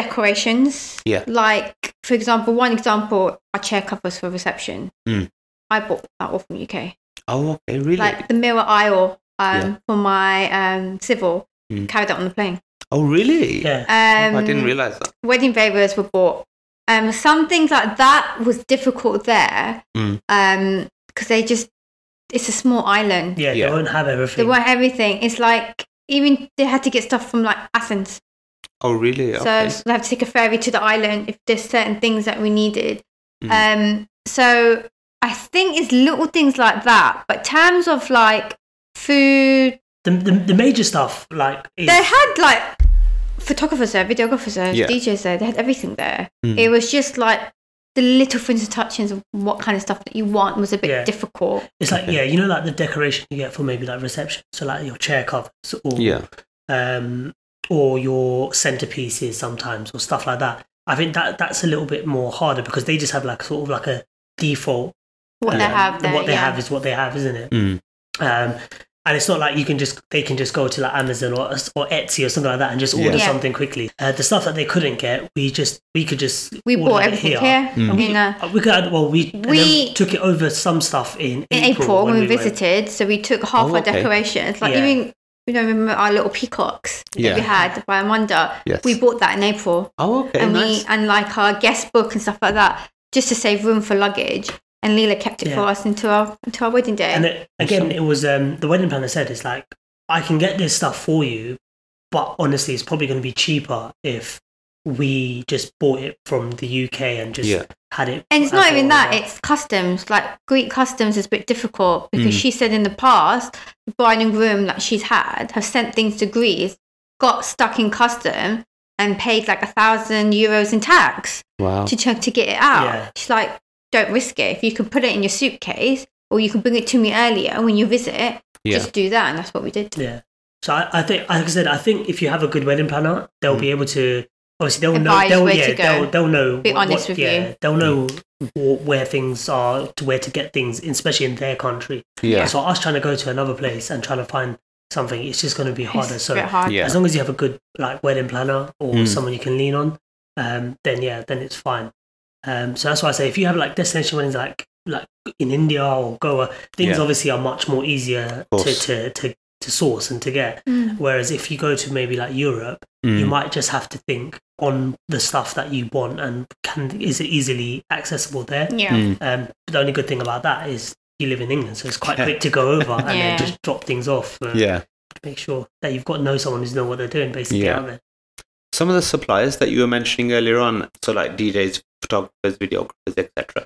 Speaker 3: decorations.
Speaker 2: Yeah.
Speaker 3: Like, for example, one example, our chair covers for reception.
Speaker 2: Mm.
Speaker 3: I bought that all from UK.
Speaker 2: Oh, okay, really?
Speaker 3: Like the mirror aisle um,
Speaker 2: Yeah.
Speaker 3: for my um, civil,
Speaker 2: Mm.
Speaker 3: carried that on the plane.
Speaker 2: oh, really?
Speaker 4: Yeah.
Speaker 3: Um,
Speaker 2: I didn't realize that.
Speaker 3: wedding favors were bought. Um, some things like that was difficult there
Speaker 2: Mm.
Speaker 3: um, because they just, it's a small island.
Speaker 4: Yeah,
Speaker 2: Yeah.
Speaker 4: they won't have
Speaker 3: They
Speaker 4: everything.
Speaker 3: weren't everything. It's like, even they had to get stuff from like Athens.
Speaker 2: Oh, really? Okay.
Speaker 3: So we have to take a ferry to the island if there's certain things that we needed.
Speaker 2: Mm.
Speaker 3: Um, so I think it's little things like that. But terms of like food,
Speaker 4: the, the, the major stuff, like, is,
Speaker 3: they had like photographers there, videographers there,
Speaker 2: Yeah.
Speaker 3: DJs there. They had everything there.
Speaker 2: Mm.
Speaker 3: It was just like the little things and touchings of what kind of stuff that you want was a bit
Speaker 4: Yeah.
Speaker 3: difficult.
Speaker 4: it's
Speaker 2: <laughs>
Speaker 4: like, yeah, you know, like the decoration you get for maybe like reception. So, like your chair covers or,
Speaker 2: yeah.
Speaker 4: um, or your centerpieces sometimes or stuff like that. I think that that's a little bit more harder because they just have like sort of like a default.
Speaker 3: What they
Speaker 4: um,
Speaker 3: have there,
Speaker 4: What they
Speaker 3: yeah.
Speaker 4: have is what they have, isn't it?
Speaker 2: Mm.
Speaker 4: Um, and it's not like you can just they can just go to like Amazon or or Etsy or something like that and just
Speaker 2: Yeah.
Speaker 4: order
Speaker 3: Yeah.
Speaker 4: something quickly. Uh, the stuff that they couldn't get, we just we could just
Speaker 3: we
Speaker 4: order
Speaker 3: bought
Speaker 4: it
Speaker 3: everything here.
Speaker 2: Mm.
Speaker 4: And we,
Speaker 3: in, uh,
Speaker 4: uh, we could well we, and then
Speaker 3: We-
Speaker 4: took it over some stuff in,
Speaker 3: in April, when, we,
Speaker 4: went.
Speaker 3: visited. So we took half
Speaker 2: Oh,
Speaker 3: our
Speaker 2: okay.
Speaker 3: decorations. Like
Speaker 4: Yeah.
Speaker 3: even you know, remember our little peacocks
Speaker 2: Yeah.
Speaker 3: that we had by Amanda.
Speaker 2: Yes.
Speaker 3: We bought that in April,
Speaker 2: Oh, okay.
Speaker 3: and
Speaker 2: nice.
Speaker 3: we and like our guest book and stuff like that, just to save room for luggage. And Leela kept it
Speaker 4: Yeah.
Speaker 3: for us until our until our wedding day.
Speaker 4: And it, again, it was um, the wedding planner said it's like I can get this stuff for you, but honestly, it's probably going to be cheaper if we just bought it from the UK and just
Speaker 2: Yeah.
Speaker 4: had it.
Speaker 3: And it's
Speaker 4: as
Speaker 3: not even
Speaker 4: all
Speaker 3: that,
Speaker 4: of our-
Speaker 3: it's customs. Like Greek customs is a bit difficult because
Speaker 2: Mm.
Speaker 3: she said in the past, the bride and groom that she's had have sent things to Greece, got stuck in custom and paid like a thousand euros in tax
Speaker 2: wow.
Speaker 3: to check to get it out.
Speaker 4: Yeah.
Speaker 3: She's like, don't risk it. If you can put it in your suitcase or you can bring it to me earlier when you visit,
Speaker 2: Yeah.
Speaker 3: just do that. And that's what we did.
Speaker 4: yeah. So I, I think, like I said, I think if you have a good wedding planner, they'll be able to. Obviously, they'll
Speaker 3: Mm. Advise
Speaker 4: know. They'll,
Speaker 3: where
Speaker 4: yeah,
Speaker 3: to go.
Speaker 4: they'll, they'll know.
Speaker 3: Be honest with
Speaker 4: yeah,
Speaker 3: you. Mm.
Speaker 4: They'll know wh- where things are, to where to get things, especially in their country.
Speaker 2: yeah.
Speaker 4: So us trying to go to another place and trying to find something, it's just going to be harder.
Speaker 3: It's
Speaker 4: so
Speaker 3: a bit hard.
Speaker 2: Yeah.
Speaker 4: as long as you have a good like wedding planner or
Speaker 2: Mm.
Speaker 4: someone you can lean on, um, then yeah, then it's fine. Um, so that's why I say if you have like destination weddings like like in India or Goa, things
Speaker 2: Yeah.
Speaker 4: obviously are much more easier
Speaker 2: Of
Speaker 4: to,
Speaker 2: course.
Speaker 4: to to to source and to get.
Speaker 3: Mm.
Speaker 4: Whereas if you go to maybe like Europe, you
Speaker 2: Mm.
Speaker 4: might just have to think on the stuff that you want and can is it easily accessible there.
Speaker 3: Yeah.
Speaker 2: Mm.
Speaker 4: Um, but the only good thing about that is you live in England, so it's quite quick to go over and
Speaker 3: Yeah.
Speaker 4: then just drop things off. And
Speaker 2: Yeah.
Speaker 4: Make sure that you've got to know someone who's know what they're doing, basically,
Speaker 2: Yeah.
Speaker 4: out there.
Speaker 2: Some of the suppliers that you were mentioning earlier on, so like DJs, photographers, videographers, etc.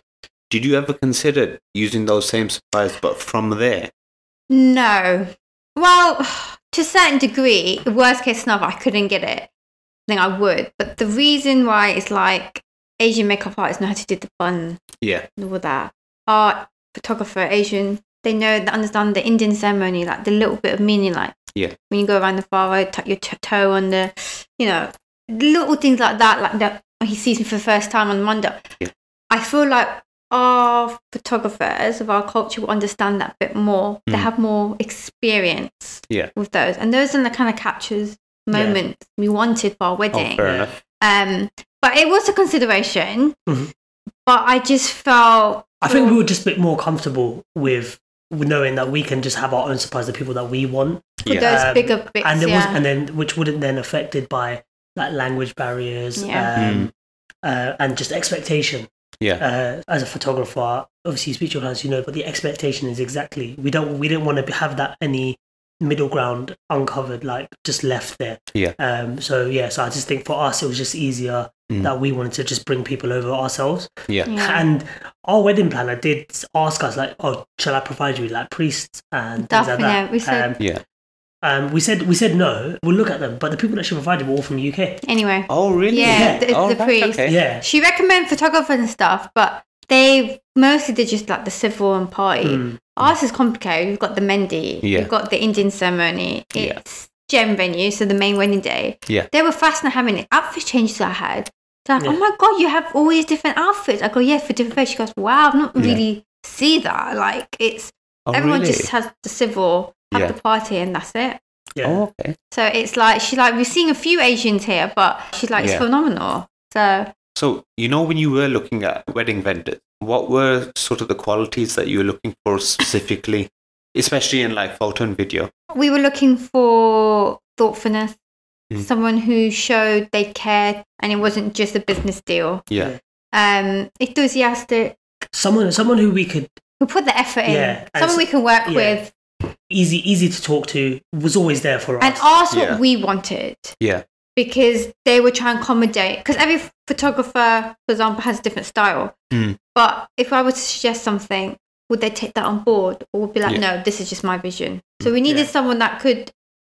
Speaker 2: Did you ever consider using those same suppliers, but from there?
Speaker 3: No. Well, to a certain degree, worst case scenario, I couldn't get it. Then I would. But the reason why is like Asian makeup artists know how to do the bun
Speaker 2: Yeah.
Speaker 3: and all that. Art, photographer, Asian, they know, they understand the Indian ceremony, like the little bit of meaning, like
Speaker 2: Yeah.
Speaker 3: when you go around the father, tuck your t- toe on the, you know, little things like that, like that when he sees me for the first time on Monday.
Speaker 2: Yeah.
Speaker 3: I feel like our photographers of our culture will understand that bit more. They
Speaker 2: Mm.
Speaker 3: have more experience
Speaker 2: Yeah.
Speaker 3: with those. And those are the kind of captures
Speaker 4: Yeah.
Speaker 3: moments we wanted for our wedding.
Speaker 2: Oh, fair
Speaker 4: Yeah.
Speaker 2: enough.
Speaker 3: Um, but it was a consideration.
Speaker 2: Mm-hmm.
Speaker 4: Mhm.
Speaker 3: But I just felt.
Speaker 4: I think we were just a bit more comfortable with with knowing that we can just have our own supplies, the people that we want,
Speaker 3: for
Speaker 2: Yeah.
Speaker 3: those
Speaker 4: Um,
Speaker 3: bigger bits,
Speaker 4: and there
Speaker 3: yeah.
Speaker 4: was, and then which wouldn't then affected by like language barriers
Speaker 3: Yeah.
Speaker 2: Hmm.
Speaker 4: um, uh, and just expectation.
Speaker 2: Yeah.
Speaker 4: Uh, as a photographer, obviously you speak to your clients, you know, but the expectation is exactly we don't we didn't want to have that any middle ground uncovered, like just left there.
Speaker 2: Yeah.
Speaker 4: Um. So yeah. So I just think for us it was just easier
Speaker 2: Mm.
Speaker 4: that we wanted to just bring people over ourselves.
Speaker 2: Yeah.
Speaker 3: Yeah.
Speaker 4: And our wedding planner did ask us, like, "Oh, shall I provide you with, like priests and things like
Speaker 3: Definitely,
Speaker 4: that?"
Speaker 3: we said-
Speaker 4: um,
Speaker 2: Yeah.
Speaker 4: um, we said we said no. We'll look at them, but the people that she provided were all from the UK.
Speaker 3: Anyway,
Speaker 2: Oh, really?
Speaker 3: Yeah, the-
Speaker 2: oh,
Speaker 3: the
Speaker 2: that's
Speaker 3: priest.
Speaker 2: okay.
Speaker 4: Yeah,
Speaker 3: she recommended photographers and stuff, but they mostly did just like the civil and party.
Speaker 4: Mm.
Speaker 3: Ours is complicated. We've got the Mendi,
Speaker 2: Yeah.
Speaker 3: we've got the Indian ceremony.
Speaker 2: Yeah.
Speaker 3: It's gem venue, so the main wedding day.
Speaker 2: Yeah.
Speaker 3: They were fast and having it. Outfit changes I had. They're like,
Speaker 4: Yeah.
Speaker 3: oh my god, you have all these different outfits. I go, yeah, for different faces. She goes, wow, I've not
Speaker 2: Yeah.
Speaker 3: really see that. Like it's
Speaker 2: Oh,
Speaker 3: everyone
Speaker 2: really?
Speaker 3: just has the civil, have
Speaker 2: Yeah.
Speaker 3: the party, and that's it.
Speaker 4: yeah.
Speaker 2: Oh, okay.
Speaker 3: So it's like she's like we're seeing a few Asians here, but she's like
Speaker 2: Yeah.
Speaker 3: it's phenomenal. So
Speaker 2: So, you know, when you were looking at wedding vendors, what were sort of the qualities that you were looking for specifically, especially in like photo and video?
Speaker 3: we were looking for thoughtfulness,
Speaker 4: Hmm.
Speaker 2: Mm.
Speaker 3: someone who showed they cared, and it wasn't just a business deal.
Speaker 2: Yeah.
Speaker 3: Um, enthusiastic,
Speaker 4: Someone, someone who we could
Speaker 3: who put the effort in,
Speaker 4: Yeah, and
Speaker 3: someone
Speaker 4: s-
Speaker 3: we can work
Speaker 4: yeah.
Speaker 3: with,
Speaker 4: easy, easy to talk to was always there for us.
Speaker 3: and ask
Speaker 2: Yeah.
Speaker 3: what we wanted
Speaker 2: Yeah.
Speaker 3: because they were trying to accommodate. Because every photographer, for example, has a different style.
Speaker 2: Mm.
Speaker 3: But if I were to suggest something, would they take that on board or would be like,
Speaker 2: Yeah. Hmm.
Speaker 3: no, this is just my vision? So we needed
Speaker 4: Yeah.
Speaker 3: someone that could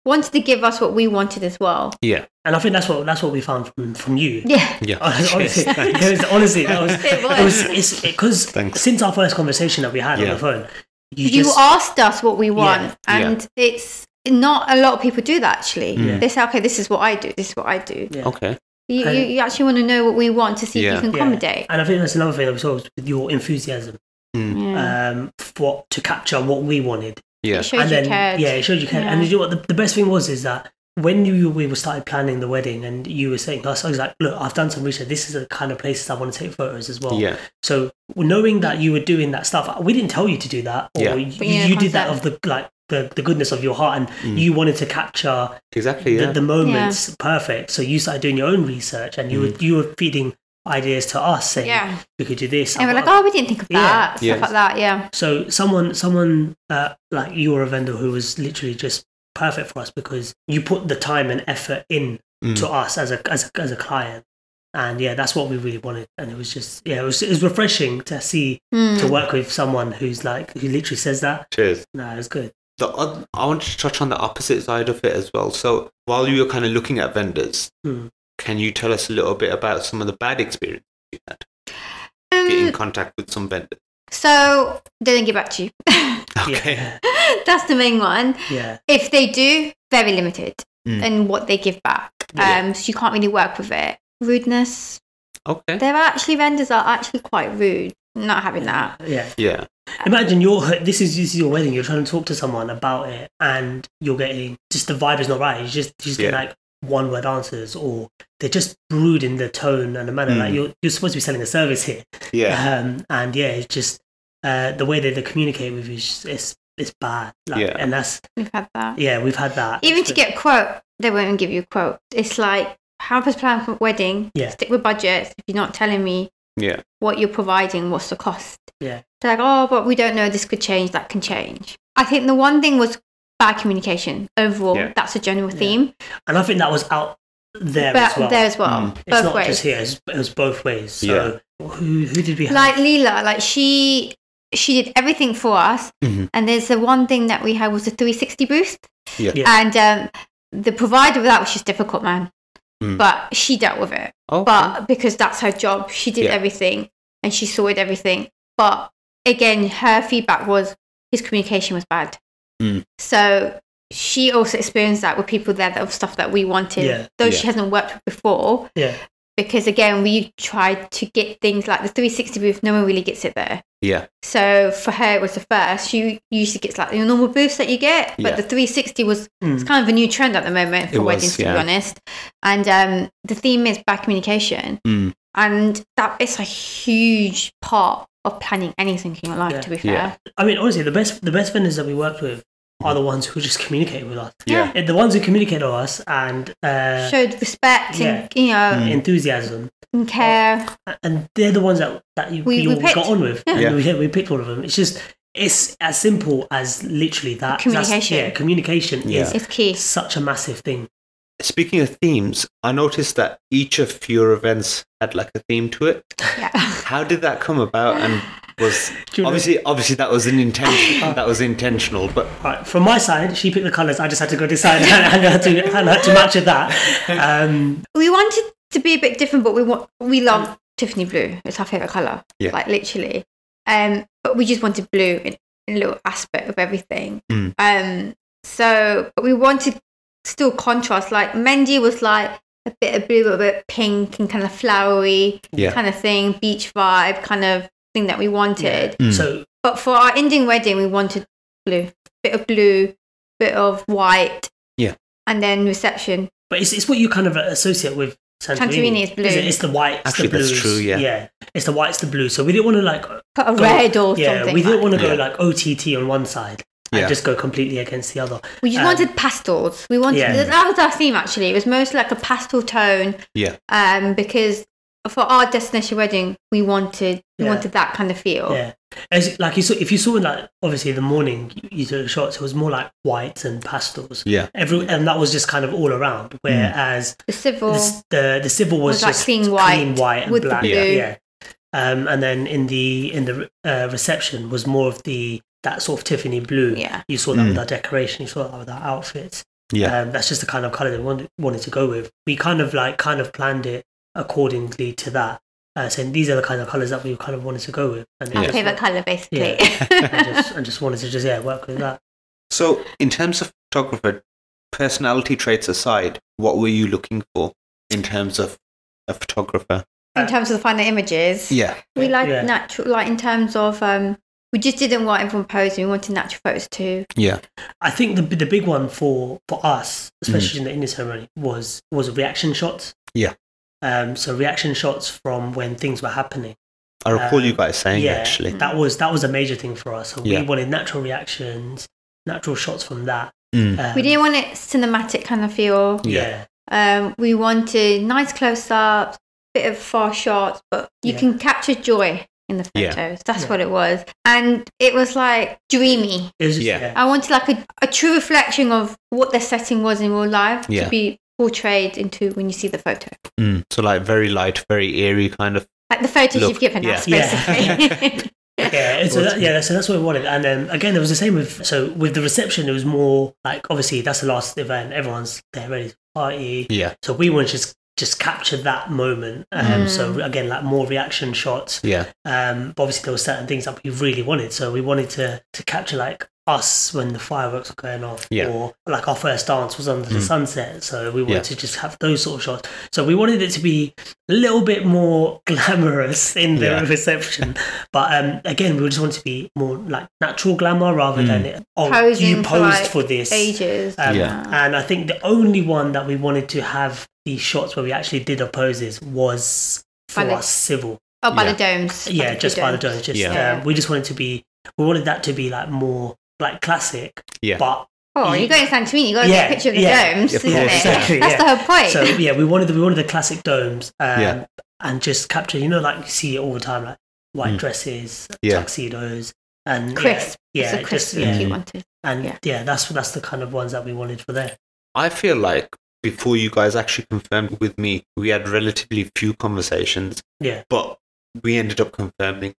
Speaker 3: wanted to give us what we wanted as
Speaker 4: <laughs>
Speaker 3: well.
Speaker 2: Yeah.
Speaker 4: And I think that's what that's what we found from from you.
Speaker 3: Yeah.
Speaker 2: Yeah.
Speaker 4: <laughs>
Speaker 3: <laughs>
Speaker 4: honestly,
Speaker 2: Yes, <laughs> thanks.
Speaker 4: it was- honestly, that was
Speaker 3: It <laughs>
Speaker 4: it was
Speaker 3: was.
Speaker 4: it's because
Speaker 2: Thanks.
Speaker 4: since our first conversation that we had
Speaker 2: Yeah.
Speaker 4: on the phone, you,
Speaker 3: You
Speaker 4: just
Speaker 3: asked us what we want,
Speaker 2: Yeah.
Speaker 3: and it's not a lot of people do that actually.
Speaker 2: Mm.
Speaker 3: They say, okay, this is what I do, this is what I do.
Speaker 4: Yeah.
Speaker 2: Okay.
Speaker 3: You,
Speaker 4: And-
Speaker 3: you, you actually want to know what we want to see
Speaker 2: Yeah.
Speaker 3: if you can
Speaker 4: Yeah.
Speaker 3: accommodate.
Speaker 4: And I think that's another thing that we saw was with your enthusiasm
Speaker 2: Mm.
Speaker 3: Yeah.
Speaker 4: um, for to capture what we wanted.
Speaker 2: Yeah.
Speaker 3: It shows
Speaker 4: and
Speaker 3: you
Speaker 4: then
Speaker 3: cared.
Speaker 4: yeah, it showed you cared. And
Speaker 3: Yeah.
Speaker 4: you know what? The, the best thing was is that when you we were started planning the wedding and you were saying to us, I was like, look, I've done some research. This is the kind of places I want to take photos as well.
Speaker 2: Yeah.
Speaker 4: So knowing that you were doing that stuff, we didn't tell you to do that, or
Speaker 2: Yeah.
Speaker 4: you,
Speaker 3: But yeah,
Speaker 4: you did that of
Speaker 3: concept.
Speaker 4: the like the, the goodness of your heart, and
Speaker 2: Mm.
Speaker 4: you wanted to capture
Speaker 2: Exactly. Yeah.
Speaker 4: the, the moments perfect. So you started doing your own research, and you
Speaker 2: Mm.
Speaker 4: were you were feeding ideas to us saying
Speaker 3: Yeah.
Speaker 4: we could do this.
Speaker 3: And we're
Speaker 4: and
Speaker 3: like,
Speaker 4: what-
Speaker 3: oh, we didn't think of
Speaker 4: Yeah.
Speaker 3: that, stuff
Speaker 2: Yes.
Speaker 3: like that, yeah.
Speaker 4: So someone someone uh, like you were a vendor who was literally just perfect for us because you put the time and effort in
Speaker 2: Mm.
Speaker 4: to us as a as a, as a client. And yeah, that's what we really wanted, and it was just yeah, it was, it was refreshing to see
Speaker 3: Mm.
Speaker 4: to work with someone who's like who literally says that.
Speaker 2: Cheers.
Speaker 4: No, it was good.
Speaker 2: the oth- I wanted to touch on the opposite side of it as well. So while you were kind of looking at vendors,
Speaker 4: Hmm.
Speaker 2: can you tell us a little bit about some of the bad experience you had getting in
Speaker 3: Um,
Speaker 4: Hmm.
Speaker 2: contact with some vendors?
Speaker 3: so they don't get back to you. <laughs>
Speaker 2: Okay.
Speaker 4: Yeah,
Speaker 3: That's the main one.
Speaker 4: yeah,
Speaker 3: If they do, very limited
Speaker 2: Mm.
Speaker 3: in what they give back.
Speaker 4: Hmm. Yeah.
Speaker 3: Um, so you can't really work with it. Rudeness.
Speaker 2: Okay.
Speaker 3: There are actually vendors are actually quite rude. Not having that.
Speaker 4: yeah.
Speaker 2: Yeah.
Speaker 4: Imagine you're this is this is your wedding. You're trying to talk to someone about it, and you're getting just the vibe is not right. You just you just get
Speaker 2: Yeah.
Speaker 4: like one word answers, or they're just rude in the tone and the manner. Like
Speaker 2: Mm.
Speaker 4: you're you're supposed to be selling a service here,
Speaker 2: Yeah.
Speaker 4: um, and yeah, it's just uh, the way that they communicate with you is just- it's it's bad. Like,
Speaker 2: Yeah.
Speaker 4: and that's
Speaker 3: We've had that.
Speaker 4: yeah, we've had that.
Speaker 3: Even to get a quote, they won't even give you a quote. It's like help us plan for a wedding.
Speaker 4: Yeah.
Speaker 3: Stick with budgets. If you're not telling me
Speaker 2: Yeah.
Speaker 3: what you're providing, what's the cost?
Speaker 4: Yeah.
Speaker 3: They're like, oh, but we don't know. This could change. That can change. I think the one thing was bad communication overall.
Speaker 2: Yeah.
Speaker 3: That's a general
Speaker 4: Yeah.
Speaker 3: theme.
Speaker 4: and I think that was out there
Speaker 3: but
Speaker 4: as well.
Speaker 3: there as well,
Speaker 2: Mm.
Speaker 4: it's
Speaker 3: both
Speaker 4: not
Speaker 3: ways.
Speaker 4: just here; it's, it was both ways. So who who did we have?
Speaker 3: Like Leela, like she she did everything for us.
Speaker 4: Mm-hmm.
Speaker 2: Mhm.
Speaker 3: And there's the one thing that we had was the 360 boost,
Speaker 4: Yeah.
Speaker 3: and um, the provider of that was just difficult, man.
Speaker 2: Mm.
Speaker 3: But she dealt with it.
Speaker 2: Okay.
Speaker 3: But because that's her job, she did
Speaker 2: Yeah.
Speaker 3: everything and she sorted everything. But again, her feedback was his communication was bad.
Speaker 2: Mm.
Speaker 3: So she also experienced that with people there that of stuff that we wanted,
Speaker 4: Yeah.
Speaker 3: though
Speaker 2: Yeah.
Speaker 3: she hasn't worked with before.
Speaker 4: yeah.
Speaker 3: because again we tried to get things like the 360 booth no one really gets it there
Speaker 2: yeah.
Speaker 3: so for her it was the first she usually gets like your normal booths that you get but
Speaker 2: Yeah.
Speaker 3: the 360 was
Speaker 4: Mm.
Speaker 3: it's kind of a new trend at the moment for
Speaker 2: It was,
Speaker 3: weddings to
Speaker 2: yeah.
Speaker 3: be honest and um, the theme is bad communication
Speaker 2: Mm.
Speaker 3: and that is a huge part of planning anything in your life
Speaker 4: Yeah.
Speaker 3: to be fair
Speaker 2: Yeah.
Speaker 4: I mean, honestly, the best the best vendors that we worked with are the ones who just communicate with us.
Speaker 2: Yeah.
Speaker 4: And The ones who communicate with us and uh,
Speaker 3: showed respect and you know
Speaker 2: Mm.
Speaker 4: enthusiasm,
Speaker 2: Hmm.
Speaker 3: and care
Speaker 4: and they're the ones that that you,
Speaker 3: We-
Speaker 4: we,
Speaker 3: we
Speaker 4: all
Speaker 3: picked.
Speaker 4: got on with.
Speaker 2: Yeah.
Speaker 4: And we, we picked all of them. It's just it's as simple as literally that that's-
Speaker 3: Communication.
Speaker 4: yeah, communication
Speaker 2: <laughs> Yeah.
Speaker 4: is
Speaker 3: is key
Speaker 4: such a massive thing.
Speaker 2: Speaking of themes, I noticed that each of your events had like a theme to it.
Speaker 3: Yeah.
Speaker 2: How did that come about? And was
Speaker 4: Do you know-
Speaker 2: obviously obviously that was an intention
Speaker 4: <laughs>
Speaker 2: that was intentional, but
Speaker 4: Right, from my side, she picked the colours. I just had to go decide <laughs> and I had to and I had to match with that.
Speaker 2: <laughs>
Speaker 4: Um,
Speaker 3: we wanted to be a bit different, but we want we love Tiffany blue. It's our favorite color.
Speaker 2: Yeah.
Speaker 3: Like literally. Um, but we just wanted blue in, in a little aspect of everything.
Speaker 2: Mm.
Speaker 3: Um, so but we wanted still contrast. Like Mendy was like a bit of blue, a bit of pink, and kind of flowery
Speaker 2: Yeah.
Speaker 3: kind of thing, beach vibe kind of thing that we wanted.
Speaker 2: Mm.
Speaker 4: So
Speaker 3: But for our Indian wedding, we wanted blue, bit of blue, bit of white.
Speaker 2: Yeah.
Speaker 3: And then reception.
Speaker 4: But it's, it's what you kind of associate with Santorini.
Speaker 3: Santorini is blue.
Speaker 4: Is it? It's the white. It's
Speaker 2: Actually,
Speaker 4: the
Speaker 2: that's
Speaker 4: blues.
Speaker 2: true, yeah.
Speaker 4: Yeah. It's the white. It's the blue. So we didn't want to like.
Speaker 3: Put a
Speaker 4: go-
Speaker 3: red or
Speaker 4: yeah,
Speaker 3: something.
Speaker 4: We didn't
Speaker 3: like
Speaker 4: want to go
Speaker 2: Yeah.
Speaker 4: like OTT on one side and
Speaker 2: Yeah.
Speaker 4: just go completely against the other.
Speaker 3: We just
Speaker 4: Um,
Speaker 3: wanted pastels. We wanted
Speaker 4: Yeah.
Speaker 3: that was our theme actually. It was mostly like a pastel tone.
Speaker 2: Yeah.
Speaker 3: Um, because for our destination wedding, we wanted we
Speaker 4: Yeah.
Speaker 3: wanted that kind of feel.
Speaker 4: Yeah. As like you saw, if you saw like obviously in the morning you- you took shots, it was more like whites and pastels.
Speaker 2: yeah. Mm.
Speaker 4: Every and that was just kind of all around. Whereas
Speaker 3: The civil.
Speaker 4: the, s- the the civil was,
Speaker 3: was like
Speaker 4: just
Speaker 3: clean white
Speaker 4: and
Speaker 3: with the
Speaker 4: black.
Speaker 3: blue.
Speaker 4: Yeah. Um, and then in the in the uh, reception was more of the that sort of Tiffany blue.
Speaker 3: Yeah.
Speaker 4: You saw that with
Speaker 2: Mm.
Speaker 4: our decoration. You saw that with our outfits.
Speaker 2: Yeah.
Speaker 4: Um, that's just the kind of color they wanted, wanted to go with. We kind of like kind of planned it accordingly to that, uh, saying these are the kind of colors that we kind of wanted to go with. And it
Speaker 3: Our
Speaker 4: just-
Speaker 3: favourite colour basically.
Speaker 4: I just, I just wanted to just yeah work with that.
Speaker 2: So in terms of photographer, personality traits aside, what were you looking for in terms of a photographer?
Speaker 3: <laughs> in terms of the final images.
Speaker 2: Yeah.
Speaker 3: We like
Speaker 4: Yeah.
Speaker 3: natural like in terms of um we just didn't want everyone posing, we wanted natural photos too.
Speaker 2: Yeah.
Speaker 4: I think the the big one for for us, especially in the Indian ceremony, was was reaction shots.
Speaker 2: Mm. Yeah.
Speaker 4: Um, so reaction shots from when things were happening.
Speaker 2: I recall
Speaker 4: Um,
Speaker 2: you guys saying
Speaker 4: yeah,
Speaker 2: actually.
Speaker 4: that was that was a major thing for us. So
Speaker 2: Mm. Yeah.
Speaker 4: we wanted natural reactions, natural shots from that.
Speaker 2: Mm.
Speaker 4: Um,
Speaker 3: we didn't want it cinematic kind of feel.
Speaker 2: Yeah.
Speaker 3: Um, we wanted nice close ups, bit of far shots, but you
Speaker 4: Yeah.
Speaker 3: can capture joy in the
Speaker 2: Yeah.
Speaker 3: photos. That's
Speaker 4: Yeah.
Speaker 3: what it was. And it was like dreamy.
Speaker 4: It was just,
Speaker 2: Yeah.
Speaker 4: yeah.
Speaker 3: I wanted like a, a true reflection of what the setting was in real life
Speaker 2: Yeah.
Speaker 3: to be portrayed into when you see the photo.
Speaker 2: Mm. So like very light, very airy kind of
Speaker 3: Like the photos
Speaker 2: Look,
Speaker 3: you've given
Speaker 2: yeah.
Speaker 3: us,
Speaker 4: Yeah.
Speaker 3: basically. <laughs>
Speaker 4: yeah, and so
Speaker 2: Well,
Speaker 4: that, yeah, so that's what we wanted. And um, again, it was the same with so with the reception. It was more like obviously that's the last event. Everyone's there ready to party.
Speaker 2: Yeah.
Speaker 4: So we wanted to just just capture that moment. Um,
Speaker 3: Mm.
Speaker 4: So again, like more reaction shots.
Speaker 2: Yeah.
Speaker 4: Um, but obviously there were certain things that we really wanted. So we wanted to to capture like us when the fireworks were going off,
Speaker 2: Yeah. Mm.
Speaker 4: or like our first dance was under the sunset. So we wanted
Speaker 2: Yeah.
Speaker 4: to just have those sort of shots. So we wanted it to be a little bit more <laughs> glamorous in the
Speaker 2: Yeah.
Speaker 4: reception. But um, again, we just wanted to be more like natural glamour rather than <laughs> oh
Speaker 3: Posing
Speaker 4: you
Speaker 3: for,
Speaker 4: posed
Speaker 3: like,
Speaker 4: for this.
Speaker 3: Ages.
Speaker 4: Um,
Speaker 2: Mm. Yeah.
Speaker 4: And I think the only one that we wanted to have the shots where we actually did our poses was for
Speaker 3: Ballet.
Speaker 4: us civil.
Speaker 3: Oh, by
Speaker 2: Yeah.
Speaker 3: the domes.
Speaker 4: Yeah,
Speaker 3: two
Speaker 4: just by the donuts. Just
Speaker 3: Yeah.
Speaker 4: um, we just wanted to be we wanted that to be like more like classic.
Speaker 2: Yeah.
Speaker 4: But
Speaker 3: Oh, you go to Santorini, you got to
Speaker 4: Yeah,
Speaker 3: get a picture of the
Speaker 4: yeah.
Speaker 3: domes,
Speaker 2: Of
Speaker 3: isn't
Speaker 2: course,
Speaker 3: it?
Speaker 4: exactly,
Speaker 3: That's
Speaker 4: yeah.
Speaker 3: the whole point.
Speaker 4: <laughs> so yeah, we wanted the, we wanted the classic domes. Um,
Speaker 2: Yeah.
Speaker 4: And just capture, you know, like you see it all the time, like white dresses,
Speaker 2: Mm. Yeah.
Speaker 4: tuxedos, and yeah,
Speaker 3: crisp.
Speaker 4: Yeah,
Speaker 3: so crisp
Speaker 4: just
Speaker 3: look
Speaker 4: yeah,
Speaker 3: you wanted.
Speaker 4: and
Speaker 3: yeah.
Speaker 4: yeah. that's that's the kind of ones that we wanted for there.
Speaker 2: I feel like before you guys actually confirmed with me, we had relatively few conversations.
Speaker 4: Yeah.
Speaker 2: But we ended up confirming.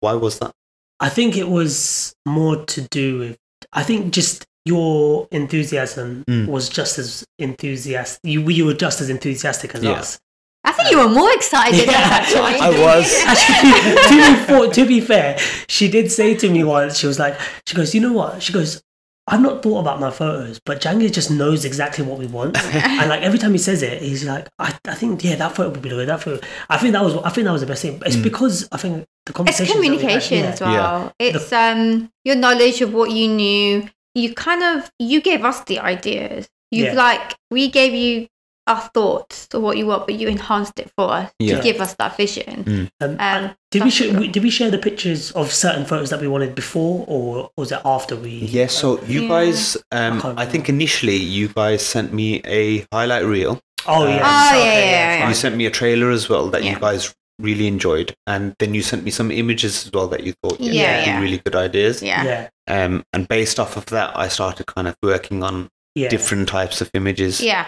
Speaker 2: Why was that?
Speaker 4: I think it was more to do with. I think just your enthusiasm
Speaker 2: Mm.
Speaker 4: was just as enthusiastic. You, you were just as enthusiastic as
Speaker 2: Yeah.
Speaker 4: us.
Speaker 3: I think you were more excited than
Speaker 4: Yeah.
Speaker 3: us, actually.
Speaker 2: I was.
Speaker 4: <laughs> to, be for, to be fair, she did say to me once, she was like, she goes, you know what? She goes, I've not thought about my photos, but Jangir just knows exactly what we
Speaker 3: <laughs>
Speaker 4: want. and like every time he says it, he's like, I, I think, yeah, that photo would be good. That photo. I think that was, I think that was the best thing. It's because I think
Speaker 3: <laughs>
Speaker 4: the
Speaker 3: It's
Speaker 4: conversation.
Speaker 3: communication as well. It's um your knowledge of what you knew. You kind of you gave us the ideas. You've
Speaker 4: Yeah.
Speaker 3: like we gave you our thoughts of what you want, but you enhanced it for us
Speaker 2: Yeah. Mm.
Speaker 3: to give us that vision.
Speaker 4: Um,
Speaker 3: Um,
Speaker 4: did we,
Speaker 3: that's
Speaker 4: sh-
Speaker 3: good.
Speaker 4: we did we share the pictures of certain photos that we wanted before, or was it after we?
Speaker 2: Yeah, so you
Speaker 3: Yeah.
Speaker 2: guys,
Speaker 4: I
Speaker 2: um,
Speaker 4: can't
Speaker 2: I think initially you guys sent me a highlight reel.
Speaker 4: Oh yeah.
Speaker 3: Oh, yeah, yeah,
Speaker 4: okay,
Speaker 3: yeah.
Speaker 2: You
Speaker 4: fine.
Speaker 2: sent me a trailer as well that
Speaker 3: Yeah.
Speaker 2: you guys really enjoyed, and then you sent me some images as well that you thought yeah,
Speaker 3: Yeah,
Speaker 2: would be
Speaker 3: yeah.
Speaker 2: really good ideas.
Speaker 3: yeah.
Speaker 4: Yeah.
Speaker 2: Um, and based off of that, I started kind of working on
Speaker 4: Yeah.
Speaker 2: different types of images.
Speaker 3: Yeah.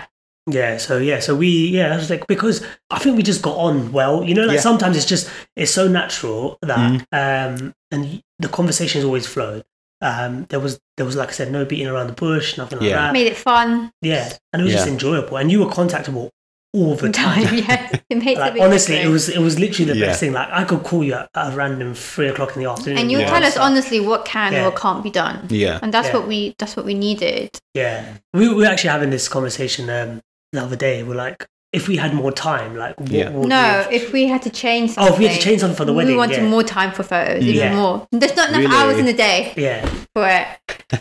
Speaker 4: Yeah, so yeah, so we yeah, I was like because I think we just got on well. You know, like
Speaker 2: Yeah. Mm.
Speaker 4: sometimes it's just it's so natural that um and the conversations always flowed. Um there was there was like I said, no beating around the bush, nothing like
Speaker 2: Yeah.
Speaker 4: that.
Speaker 3: Made it
Speaker 4: <laughs>
Speaker 3: fun.
Speaker 4: Yeah. And it was just
Speaker 2: Yeah.
Speaker 4: enjoyable. And you were contactable all the <laughs> time.
Speaker 3: Time, <laughs> yeah. It makes a
Speaker 4: Like
Speaker 3: big
Speaker 4: honestly, it
Speaker 3: difference.
Speaker 4: was it was literally the
Speaker 2: Yeah.
Speaker 4: best thing. Like I could call you at a random three o'clock in the afternoon.
Speaker 3: And you
Speaker 2: Yeah.
Speaker 3: tell us honestly what can
Speaker 4: Yeah.
Speaker 3: or can't be done.
Speaker 2: Yeah.
Speaker 3: And that's
Speaker 4: Yeah.
Speaker 3: what we that's what we needed.
Speaker 4: Yeah, we we were actually having this conversation um, the other day. We're like, if we had more time, like, what
Speaker 2: Yeah.
Speaker 4: would
Speaker 3: no,
Speaker 4: we-
Speaker 3: if we had to change something.
Speaker 4: Oh, if we had to change something for the
Speaker 3: We
Speaker 4: wedding,
Speaker 3: wanted
Speaker 4: yeah.
Speaker 3: more time for photos, even
Speaker 4: Yeah.
Speaker 3: more. There's not enough
Speaker 2: Really?
Speaker 3: hours in the day
Speaker 4: yeah,
Speaker 3: for it.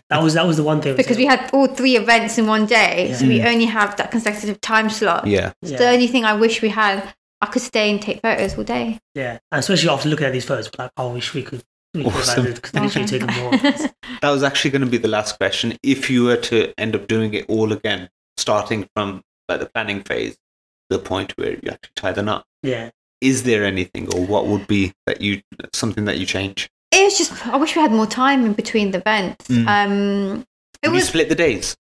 Speaker 4: that was that was the one thing
Speaker 3: because we had all three events in one day, so we only have that consecutive time slot.
Speaker 2: Yeah.
Speaker 3: It's
Speaker 4: Mm. Yeah.
Speaker 3: the only thing I wish we had. I could stay and take photos all day.
Speaker 4: yeah, and especially after looking at these photos, like, I wish we could. We could
Speaker 2: Awesome.
Speaker 4: have added, could literally taken
Speaker 3: <laughs>
Speaker 4: more.
Speaker 2: That was actually going to be the last question. If you were to end up doing it all again, starting from like the planning phase, the point where you actually tie the knot,
Speaker 4: Yeah,
Speaker 2: is there anything or what would be that you something that you change?
Speaker 3: It was just I wish we had more time in between the events.
Speaker 2: Mm.
Speaker 3: Um, it
Speaker 2: Would you
Speaker 3: was.
Speaker 2: split the days?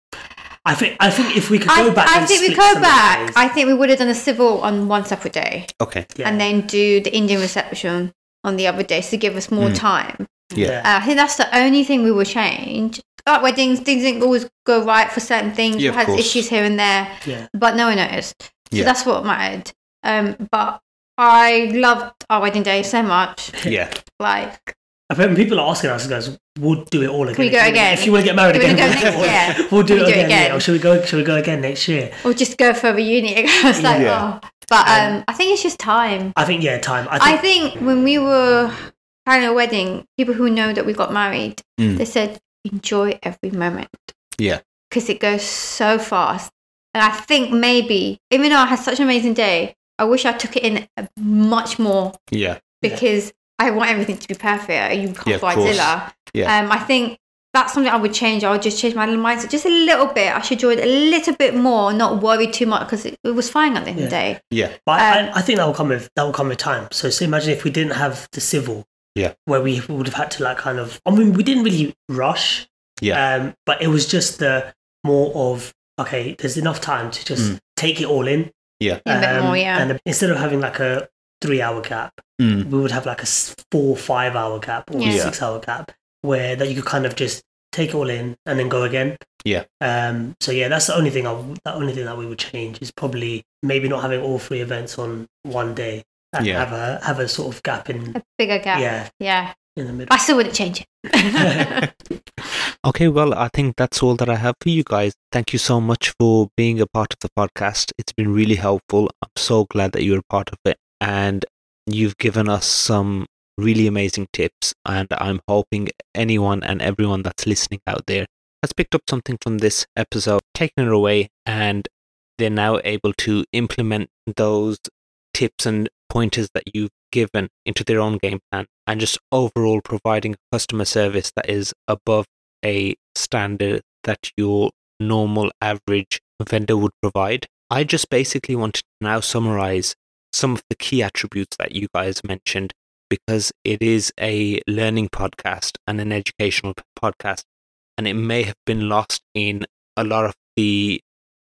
Speaker 4: I think I think if we could
Speaker 3: I,
Speaker 4: go back,
Speaker 3: I
Speaker 4: and
Speaker 3: think we
Speaker 4: split
Speaker 3: go
Speaker 4: some of
Speaker 3: back.
Speaker 4: those-
Speaker 3: I think we would have done a civil on one separate day, <laughs>
Speaker 2: Okay.
Speaker 4: yeah,
Speaker 3: and then do the Indian reception on the other day, so give us more
Speaker 2: Mm.
Speaker 3: time.
Speaker 2: Yeah.
Speaker 3: Uh, I think that's the only thing we will change. At weddings, things didn't always go right for certain things.
Speaker 2: Yeah,
Speaker 3: we
Speaker 2: of
Speaker 3: had
Speaker 2: course.
Speaker 3: issues here and there.
Speaker 4: yeah,
Speaker 3: but no one noticed. So
Speaker 2: Yeah.
Speaker 3: that's what mattered. Um, but I loved our wedding day so much.
Speaker 2: Yeah.
Speaker 3: Like,
Speaker 4: I think people are asking us, guys, we'll do it all again.
Speaker 3: we
Speaker 4: If
Speaker 3: go
Speaker 4: you-
Speaker 3: again?
Speaker 4: If you want to get married
Speaker 3: Do we
Speaker 4: again,
Speaker 3: go next
Speaker 4: we'll,
Speaker 3: year?
Speaker 4: we'll do,
Speaker 3: We
Speaker 4: it, again, Yeah. Or should we go? Should we go again next year?
Speaker 3: or just go for a reunion. <laughs> I was like,
Speaker 2: Yeah.
Speaker 3: oh. But um, I think it's just time.
Speaker 4: I think yeah, time. I
Speaker 3: I
Speaker 4: think
Speaker 3: think when we were planning a wedding, people who know that we got married,
Speaker 2: Mm.
Speaker 3: they said, enjoy every moment.
Speaker 2: Yeah.
Speaker 3: Because it goes so fast. And I think maybe, even though I had such an amazing day, I wish I took it in a- much more
Speaker 2: Yeah.
Speaker 4: Yeah.
Speaker 3: because I want everything to be perfect. You
Speaker 2: Yeah,
Speaker 3: can't
Speaker 2: of
Speaker 3: buy
Speaker 2: course.
Speaker 3: Zilla.
Speaker 2: Yeah.
Speaker 3: Um, I think that's something I would change. I would just change my mindset just a little bit. I should do it a little bit more, not worry too much because it, it was fine at the end of the day.
Speaker 2: Yeah.
Speaker 4: But
Speaker 3: Um,
Speaker 4: I, I think that will come with that will come with time. So, so imagine if we didn't have the civil,
Speaker 2: Yeah.
Speaker 4: where we would have had to like kind of. I mean, we didn't really rush,
Speaker 2: Yeah.
Speaker 4: um, but it was just the more of okay. There's enough time to just
Speaker 2: Mm.
Speaker 4: take it all in,
Speaker 3: Yeah, a bit
Speaker 4: um,
Speaker 3: more, yeah.
Speaker 4: And instead of having like a three hour gap,
Speaker 2: Mm.
Speaker 4: we would have like a s- four five hour gap or
Speaker 3: Yeah.
Speaker 2: Yeah.
Speaker 4: six hour gap where that you could kind of just take it all in and then go again.
Speaker 2: Yeah.
Speaker 4: Um. So yeah, that's the only thing I w- the only thing that we would change is probably maybe not having all three events on one day and
Speaker 2: Yeah.
Speaker 4: have a have a sort of gap in
Speaker 3: a bigger gap. Yeah.
Speaker 4: yeah in the middle.
Speaker 3: I still wouldn't change it.
Speaker 2: <laughs>
Speaker 3: <laughs>
Speaker 2: Okay, well, I think that's all that I have for you guys. Thank you so much for being a part of the podcast. It's been really helpful. I'm so glad that you're a part of it. And you've given us some really amazing tips. And I'm hoping anyone and everyone that's listening out there has picked up something from this episode, taken it away, and they're now able to implement those tips and pointers that you've given into their own game plan and just overall providing customer service that is above a standard that your normal average vendor would provide. I just basically wanted to now summarize some of the key attributes that you guys mentioned because it is a learning podcast and an educational p- podcast, and it may have been lost in a lot of the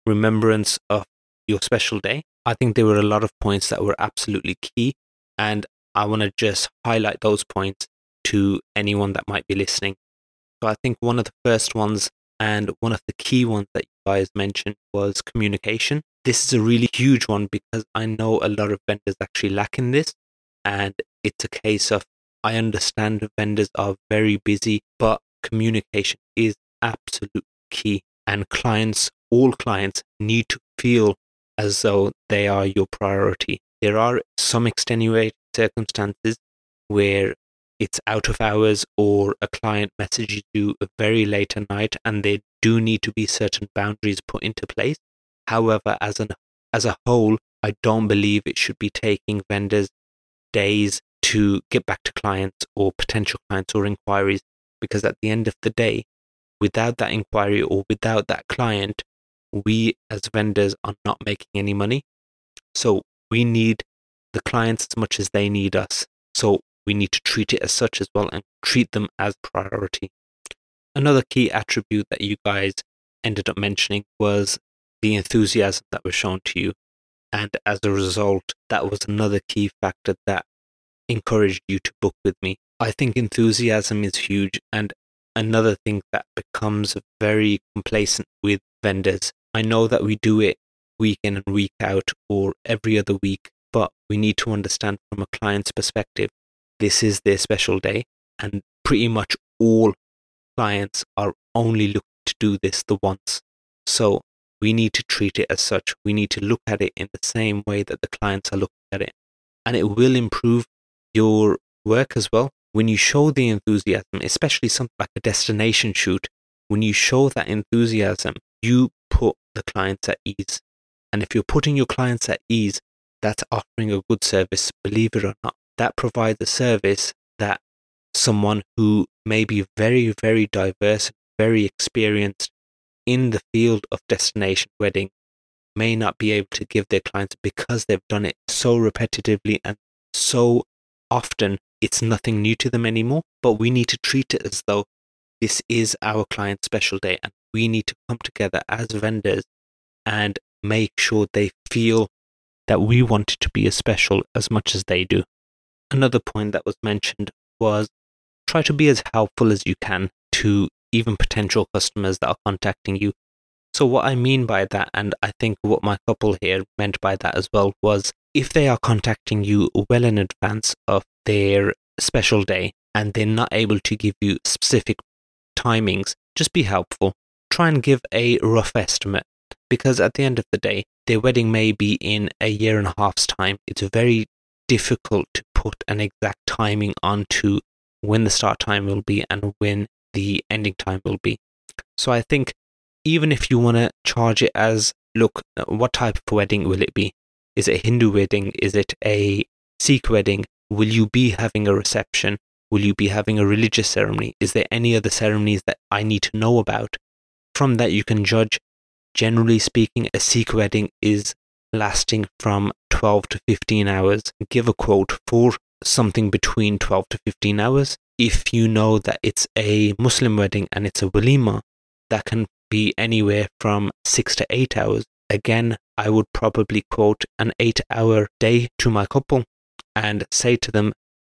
Speaker 2: remembrance of your special day. I think there were a lot of points that were absolutely key, and I want to just highlight those points to anyone that might be listening. So I think one of the first ones and one of the key ones that you guys mentioned was communication. This is a really huge one because I know a lot of vendors actually lack in this. And it's a case of I understand the vendors are very busy, but communication is absolutely key. And clients, all clients, need to feel as though they are your priority. There are some extenuating circumstances where it's out of hours or a client messages you very late at night and there do need to be certain boundaries put into place however as an as a whole i don't believe it should be taking vendors days to get back to clients or potential clients or inquiries because at the end of the day without that inquiry or without that client we as vendors are not making any money so we need the clients as much as they need us so we need to treat it as such as well and treat them as priority. Another key attribute that you guys ended up mentioning was the enthusiasm that was shown to you. And as a result, that was another key factor that encouraged you to book with me. I think enthusiasm is huge. And another thing that becomes very complacent with vendors, I know that we do it week in and week out or every other week, but we need to understand from a client's perspective, this is their special day. And pretty much all clients are only looking to do this the once. So we need to treat it as such. We need to look at it in the same way that the clients are looking at it. And it will improve your work as well. When you show the enthusiasm, especially something like a destination shoot, when you show that enthusiasm, you put the clients at ease. And if you're putting your clients at ease, that's offering a good service, believe it or not. That provides a service that someone who may be very, very diverse, very experienced in the field of destination wedding may not be able to give their clients because they've done it so repetitively and so often it's nothing new to them anymore. But we need to treat it as though this is our client's special day and we need to come together as vendors and make sure they feel that we want it to be as special as much as they do. Another point that was mentioned was try to be as helpful as you can to even potential customers that are contacting you. So, what I mean by that, and I think what my couple here meant by that as well, was if they are contacting you well in advance of their special day and they're not able to give you specific timings, just be helpful. Try and give a rough estimate because at the end of the day, their wedding may be in a year and a half's time. It's very difficult to put an exact timing onto when the start time will be and when the ending time will be. So I think even if you want to charge it as look, uh, what type of wedding will it be? Is it a Hindu wedding? Is it a Sikh wedding? Will you be having a reception? Will you be having a religious ceremony? Is there any other ceremonies that I need to know about? From that, you can judge. Generally speaking, a Sikh wedding is lasting from 12 to 15 hours. Give a quote for something between 12 to 15 hours. If you know that it's a Muslim wedding and it's a walima, that can be anywhere from six to eight hours. Again, I would probably quote an eight hour day to my couple and say to them,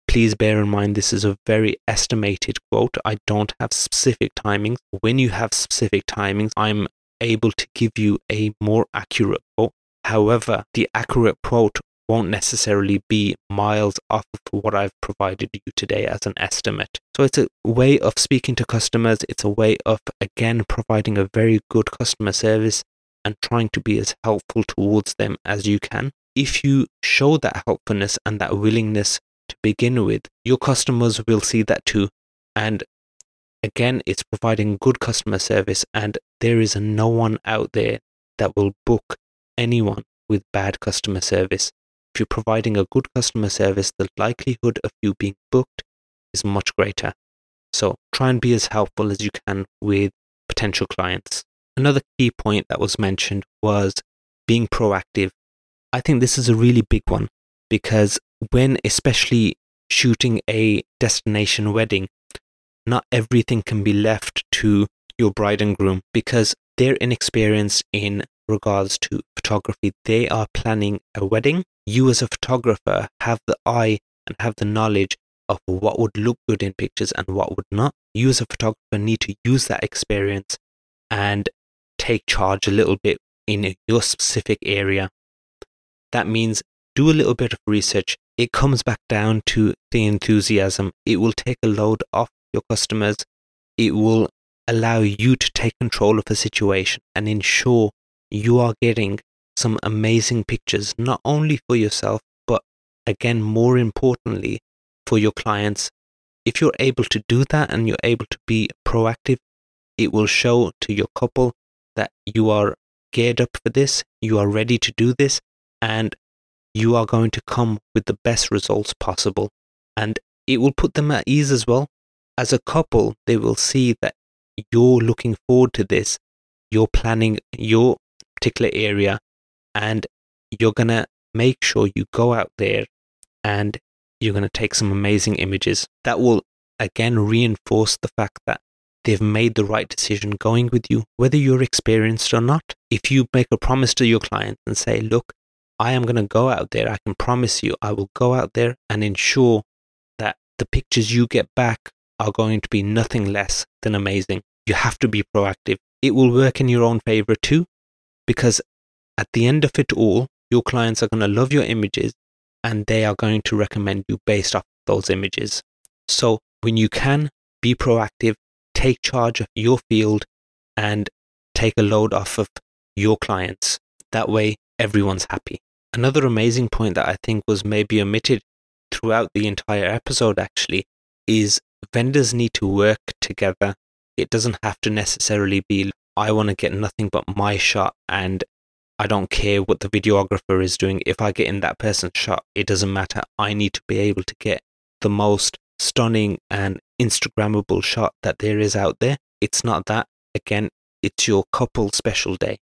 Speaker 2: please bear in mind this is a very estimated quote. I don't have specific timings. When you have specific timings, I'm able to give you a more accurate quote. However, the accurate quote won't necessarily be miles off of what I've provided you today as an estimate. So it's a way of speaking to customers. It's a way of, again, providing a very good customer service and trying to be as helpful towards them as you can. If you show that helpfulness and that willingness to begin with, your customers will see that too. And again, it's providing good customer service, and there is no one out there that will book anyone with bad customer service. If you're providing a good customer service, the likelihood of you being booked is much greater. So try and be as helpful as you can with potential clients. Another key point that was mentioned was being proactive. I think this is a really big one because when especially shooting a destination wedding, not everything can be left to your bride and groom because they're inexperienced in regards to photography. They are planning a wedding you as a photographer have the eye and have the knowledge of what would look good in pictures and what would not. You as a photographer need to use that experience and take charge a little bit in your specific area. That means do a little bit of research. It comes back down to the enthusiasm. It will take a load off your customers. It will allow you to take control of the situation and ensure you are getting some amazing pictures, not only for yourself, but again, more importantly, for your clients. If you're able to do that and you're able to be proactive, it will show to your couple that you are geared up for this, you are ready to do this, and you are going to come with the best results possible. And it will put them at ease as well. As a couple, they will see that you're looking forward to this, you're planning your particular area, and you're going to make sure you go out there and you're going to take some amazing images that will again reinforce the fact that they've made the right decision going with you, whether you're experienced or not. If you make a promise to your client and say, look, I am going to go out there, I can promise you, I will go out there and ensure that the pictures you get back are going to be nothing less than amazing. You have to be proactive. It will work in your own favor too, because at the end of it all, your clients are going to love your images and they are going to recommend you based off those images. So when you can, be proactive, take charge of your field, and take a load off of your clients. That way, everyone's happy. Another amazing point that I think was maybe omitted throughout the entire episode actually is vendors need to work together. It doesn't have to necessarily be, I want to get nothing but my shot and I don't care what the videographer is doing. If I get in that person's shot, it doesn't matter. I need to be able to get the most stunning and Instagrammable shot that there is out there. It's not that. Again, it's your couple special day.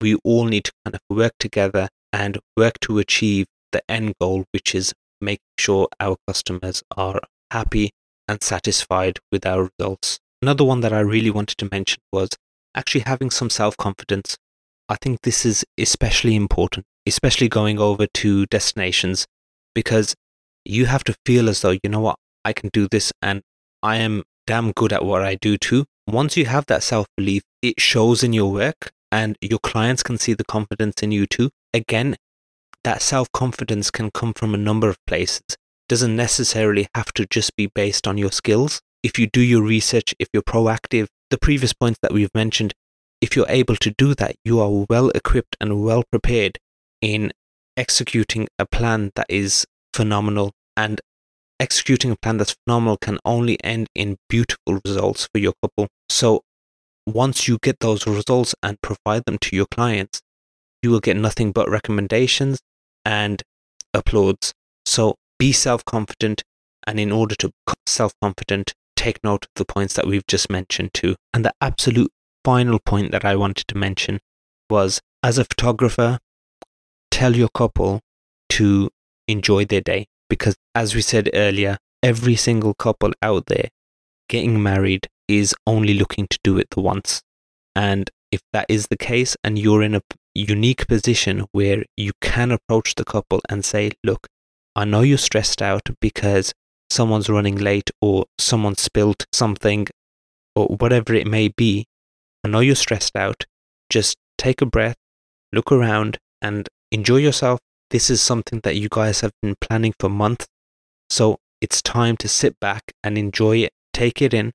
Speaker 2: We all need to kind of work together and work to achieve the end goal, which is making sure our customers are happy and satisfied with our results. Another one that I really wanted to mention was actually having some self confidence. I think this is especially important, especially going over to destinations, because you have to feel as though, you know what, I can do this and I am damn good at what I do too. Once you have that self belief, it shows in your work and your clients can see the confidence in you too. Again, that self confidence can come from a number of places. It doesn't necessarily have to just be based on your skills. If you do your research, if you're proactive, the previous points that we've mentioned, if you're able to do that, you are well equipped and well prepared in executing a plan that is phenomenal. And executing a plan that's phenomenal can only end in beautiful results for your couple. So once you get those results and provide them to your clients, you will get nothing but recommendations and applauds. So be self confident. And in order to become self confident, take note of the points that we've just mentioned too. And the absolute final point that I wanted to mention was as a photographer, tell your couple to enjoy their day. Because as we said earlier, every single couple out there getting married is only looking to do it the once. And if that is the case and you're in a unique position where you can approach the couple and say, look, I know you're stressed out because someone's running late or someone spilled something or whatever it may be. I know you're stressed out. Just take a breath, look around and enjoy yourself this is something that you guys have been planning for months. So it's time to sit back and enjoy it, take it in,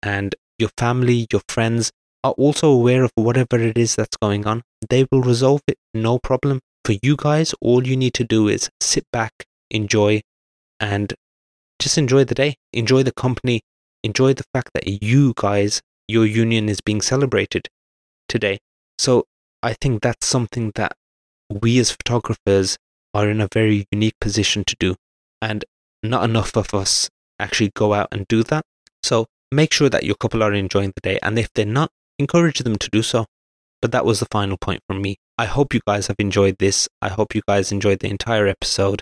Speaker 2: and your family, your friends are also aware of whatever it is that's going on. They will resolve it, no problem. For you guys, all you need to do is sit back, enjoy, and just enjoy the day, enjoy the company, enjoy the fact that you guys, your union is being celebrated today. So I think that's something that we as photographers are in a very unique position to do. And not enough of us actually go out and do that. So make sure that your couple are enjoying the day. And if they're not, encourage them to do so. But that was the final point from me. I hope you guys have enjoyed this. I hope you guys enjoyed the entire episode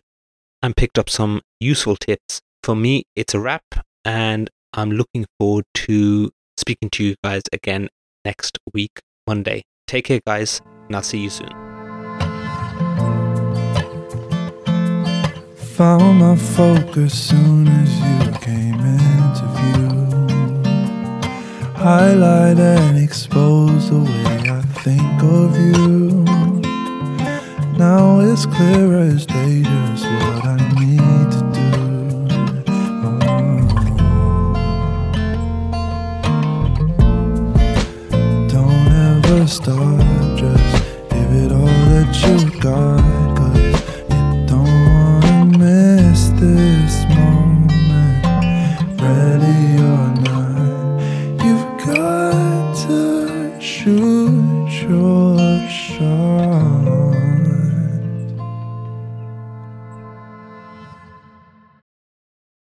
Speaker 2: and picked up some useful tips. For me, it's a wrap. And I'm looking forward to speaking to you guys again next week, Monday. Take care, guys, and I'll see you soon.
Speaker 1: found my focus soon as you came into view. Highlight and expose the way I think of you. Now it's clear as day just what I need to do. Oh. Don't ever stop, just give it all that you got. Cause this moment, ready or not, you've got to shoot your shot.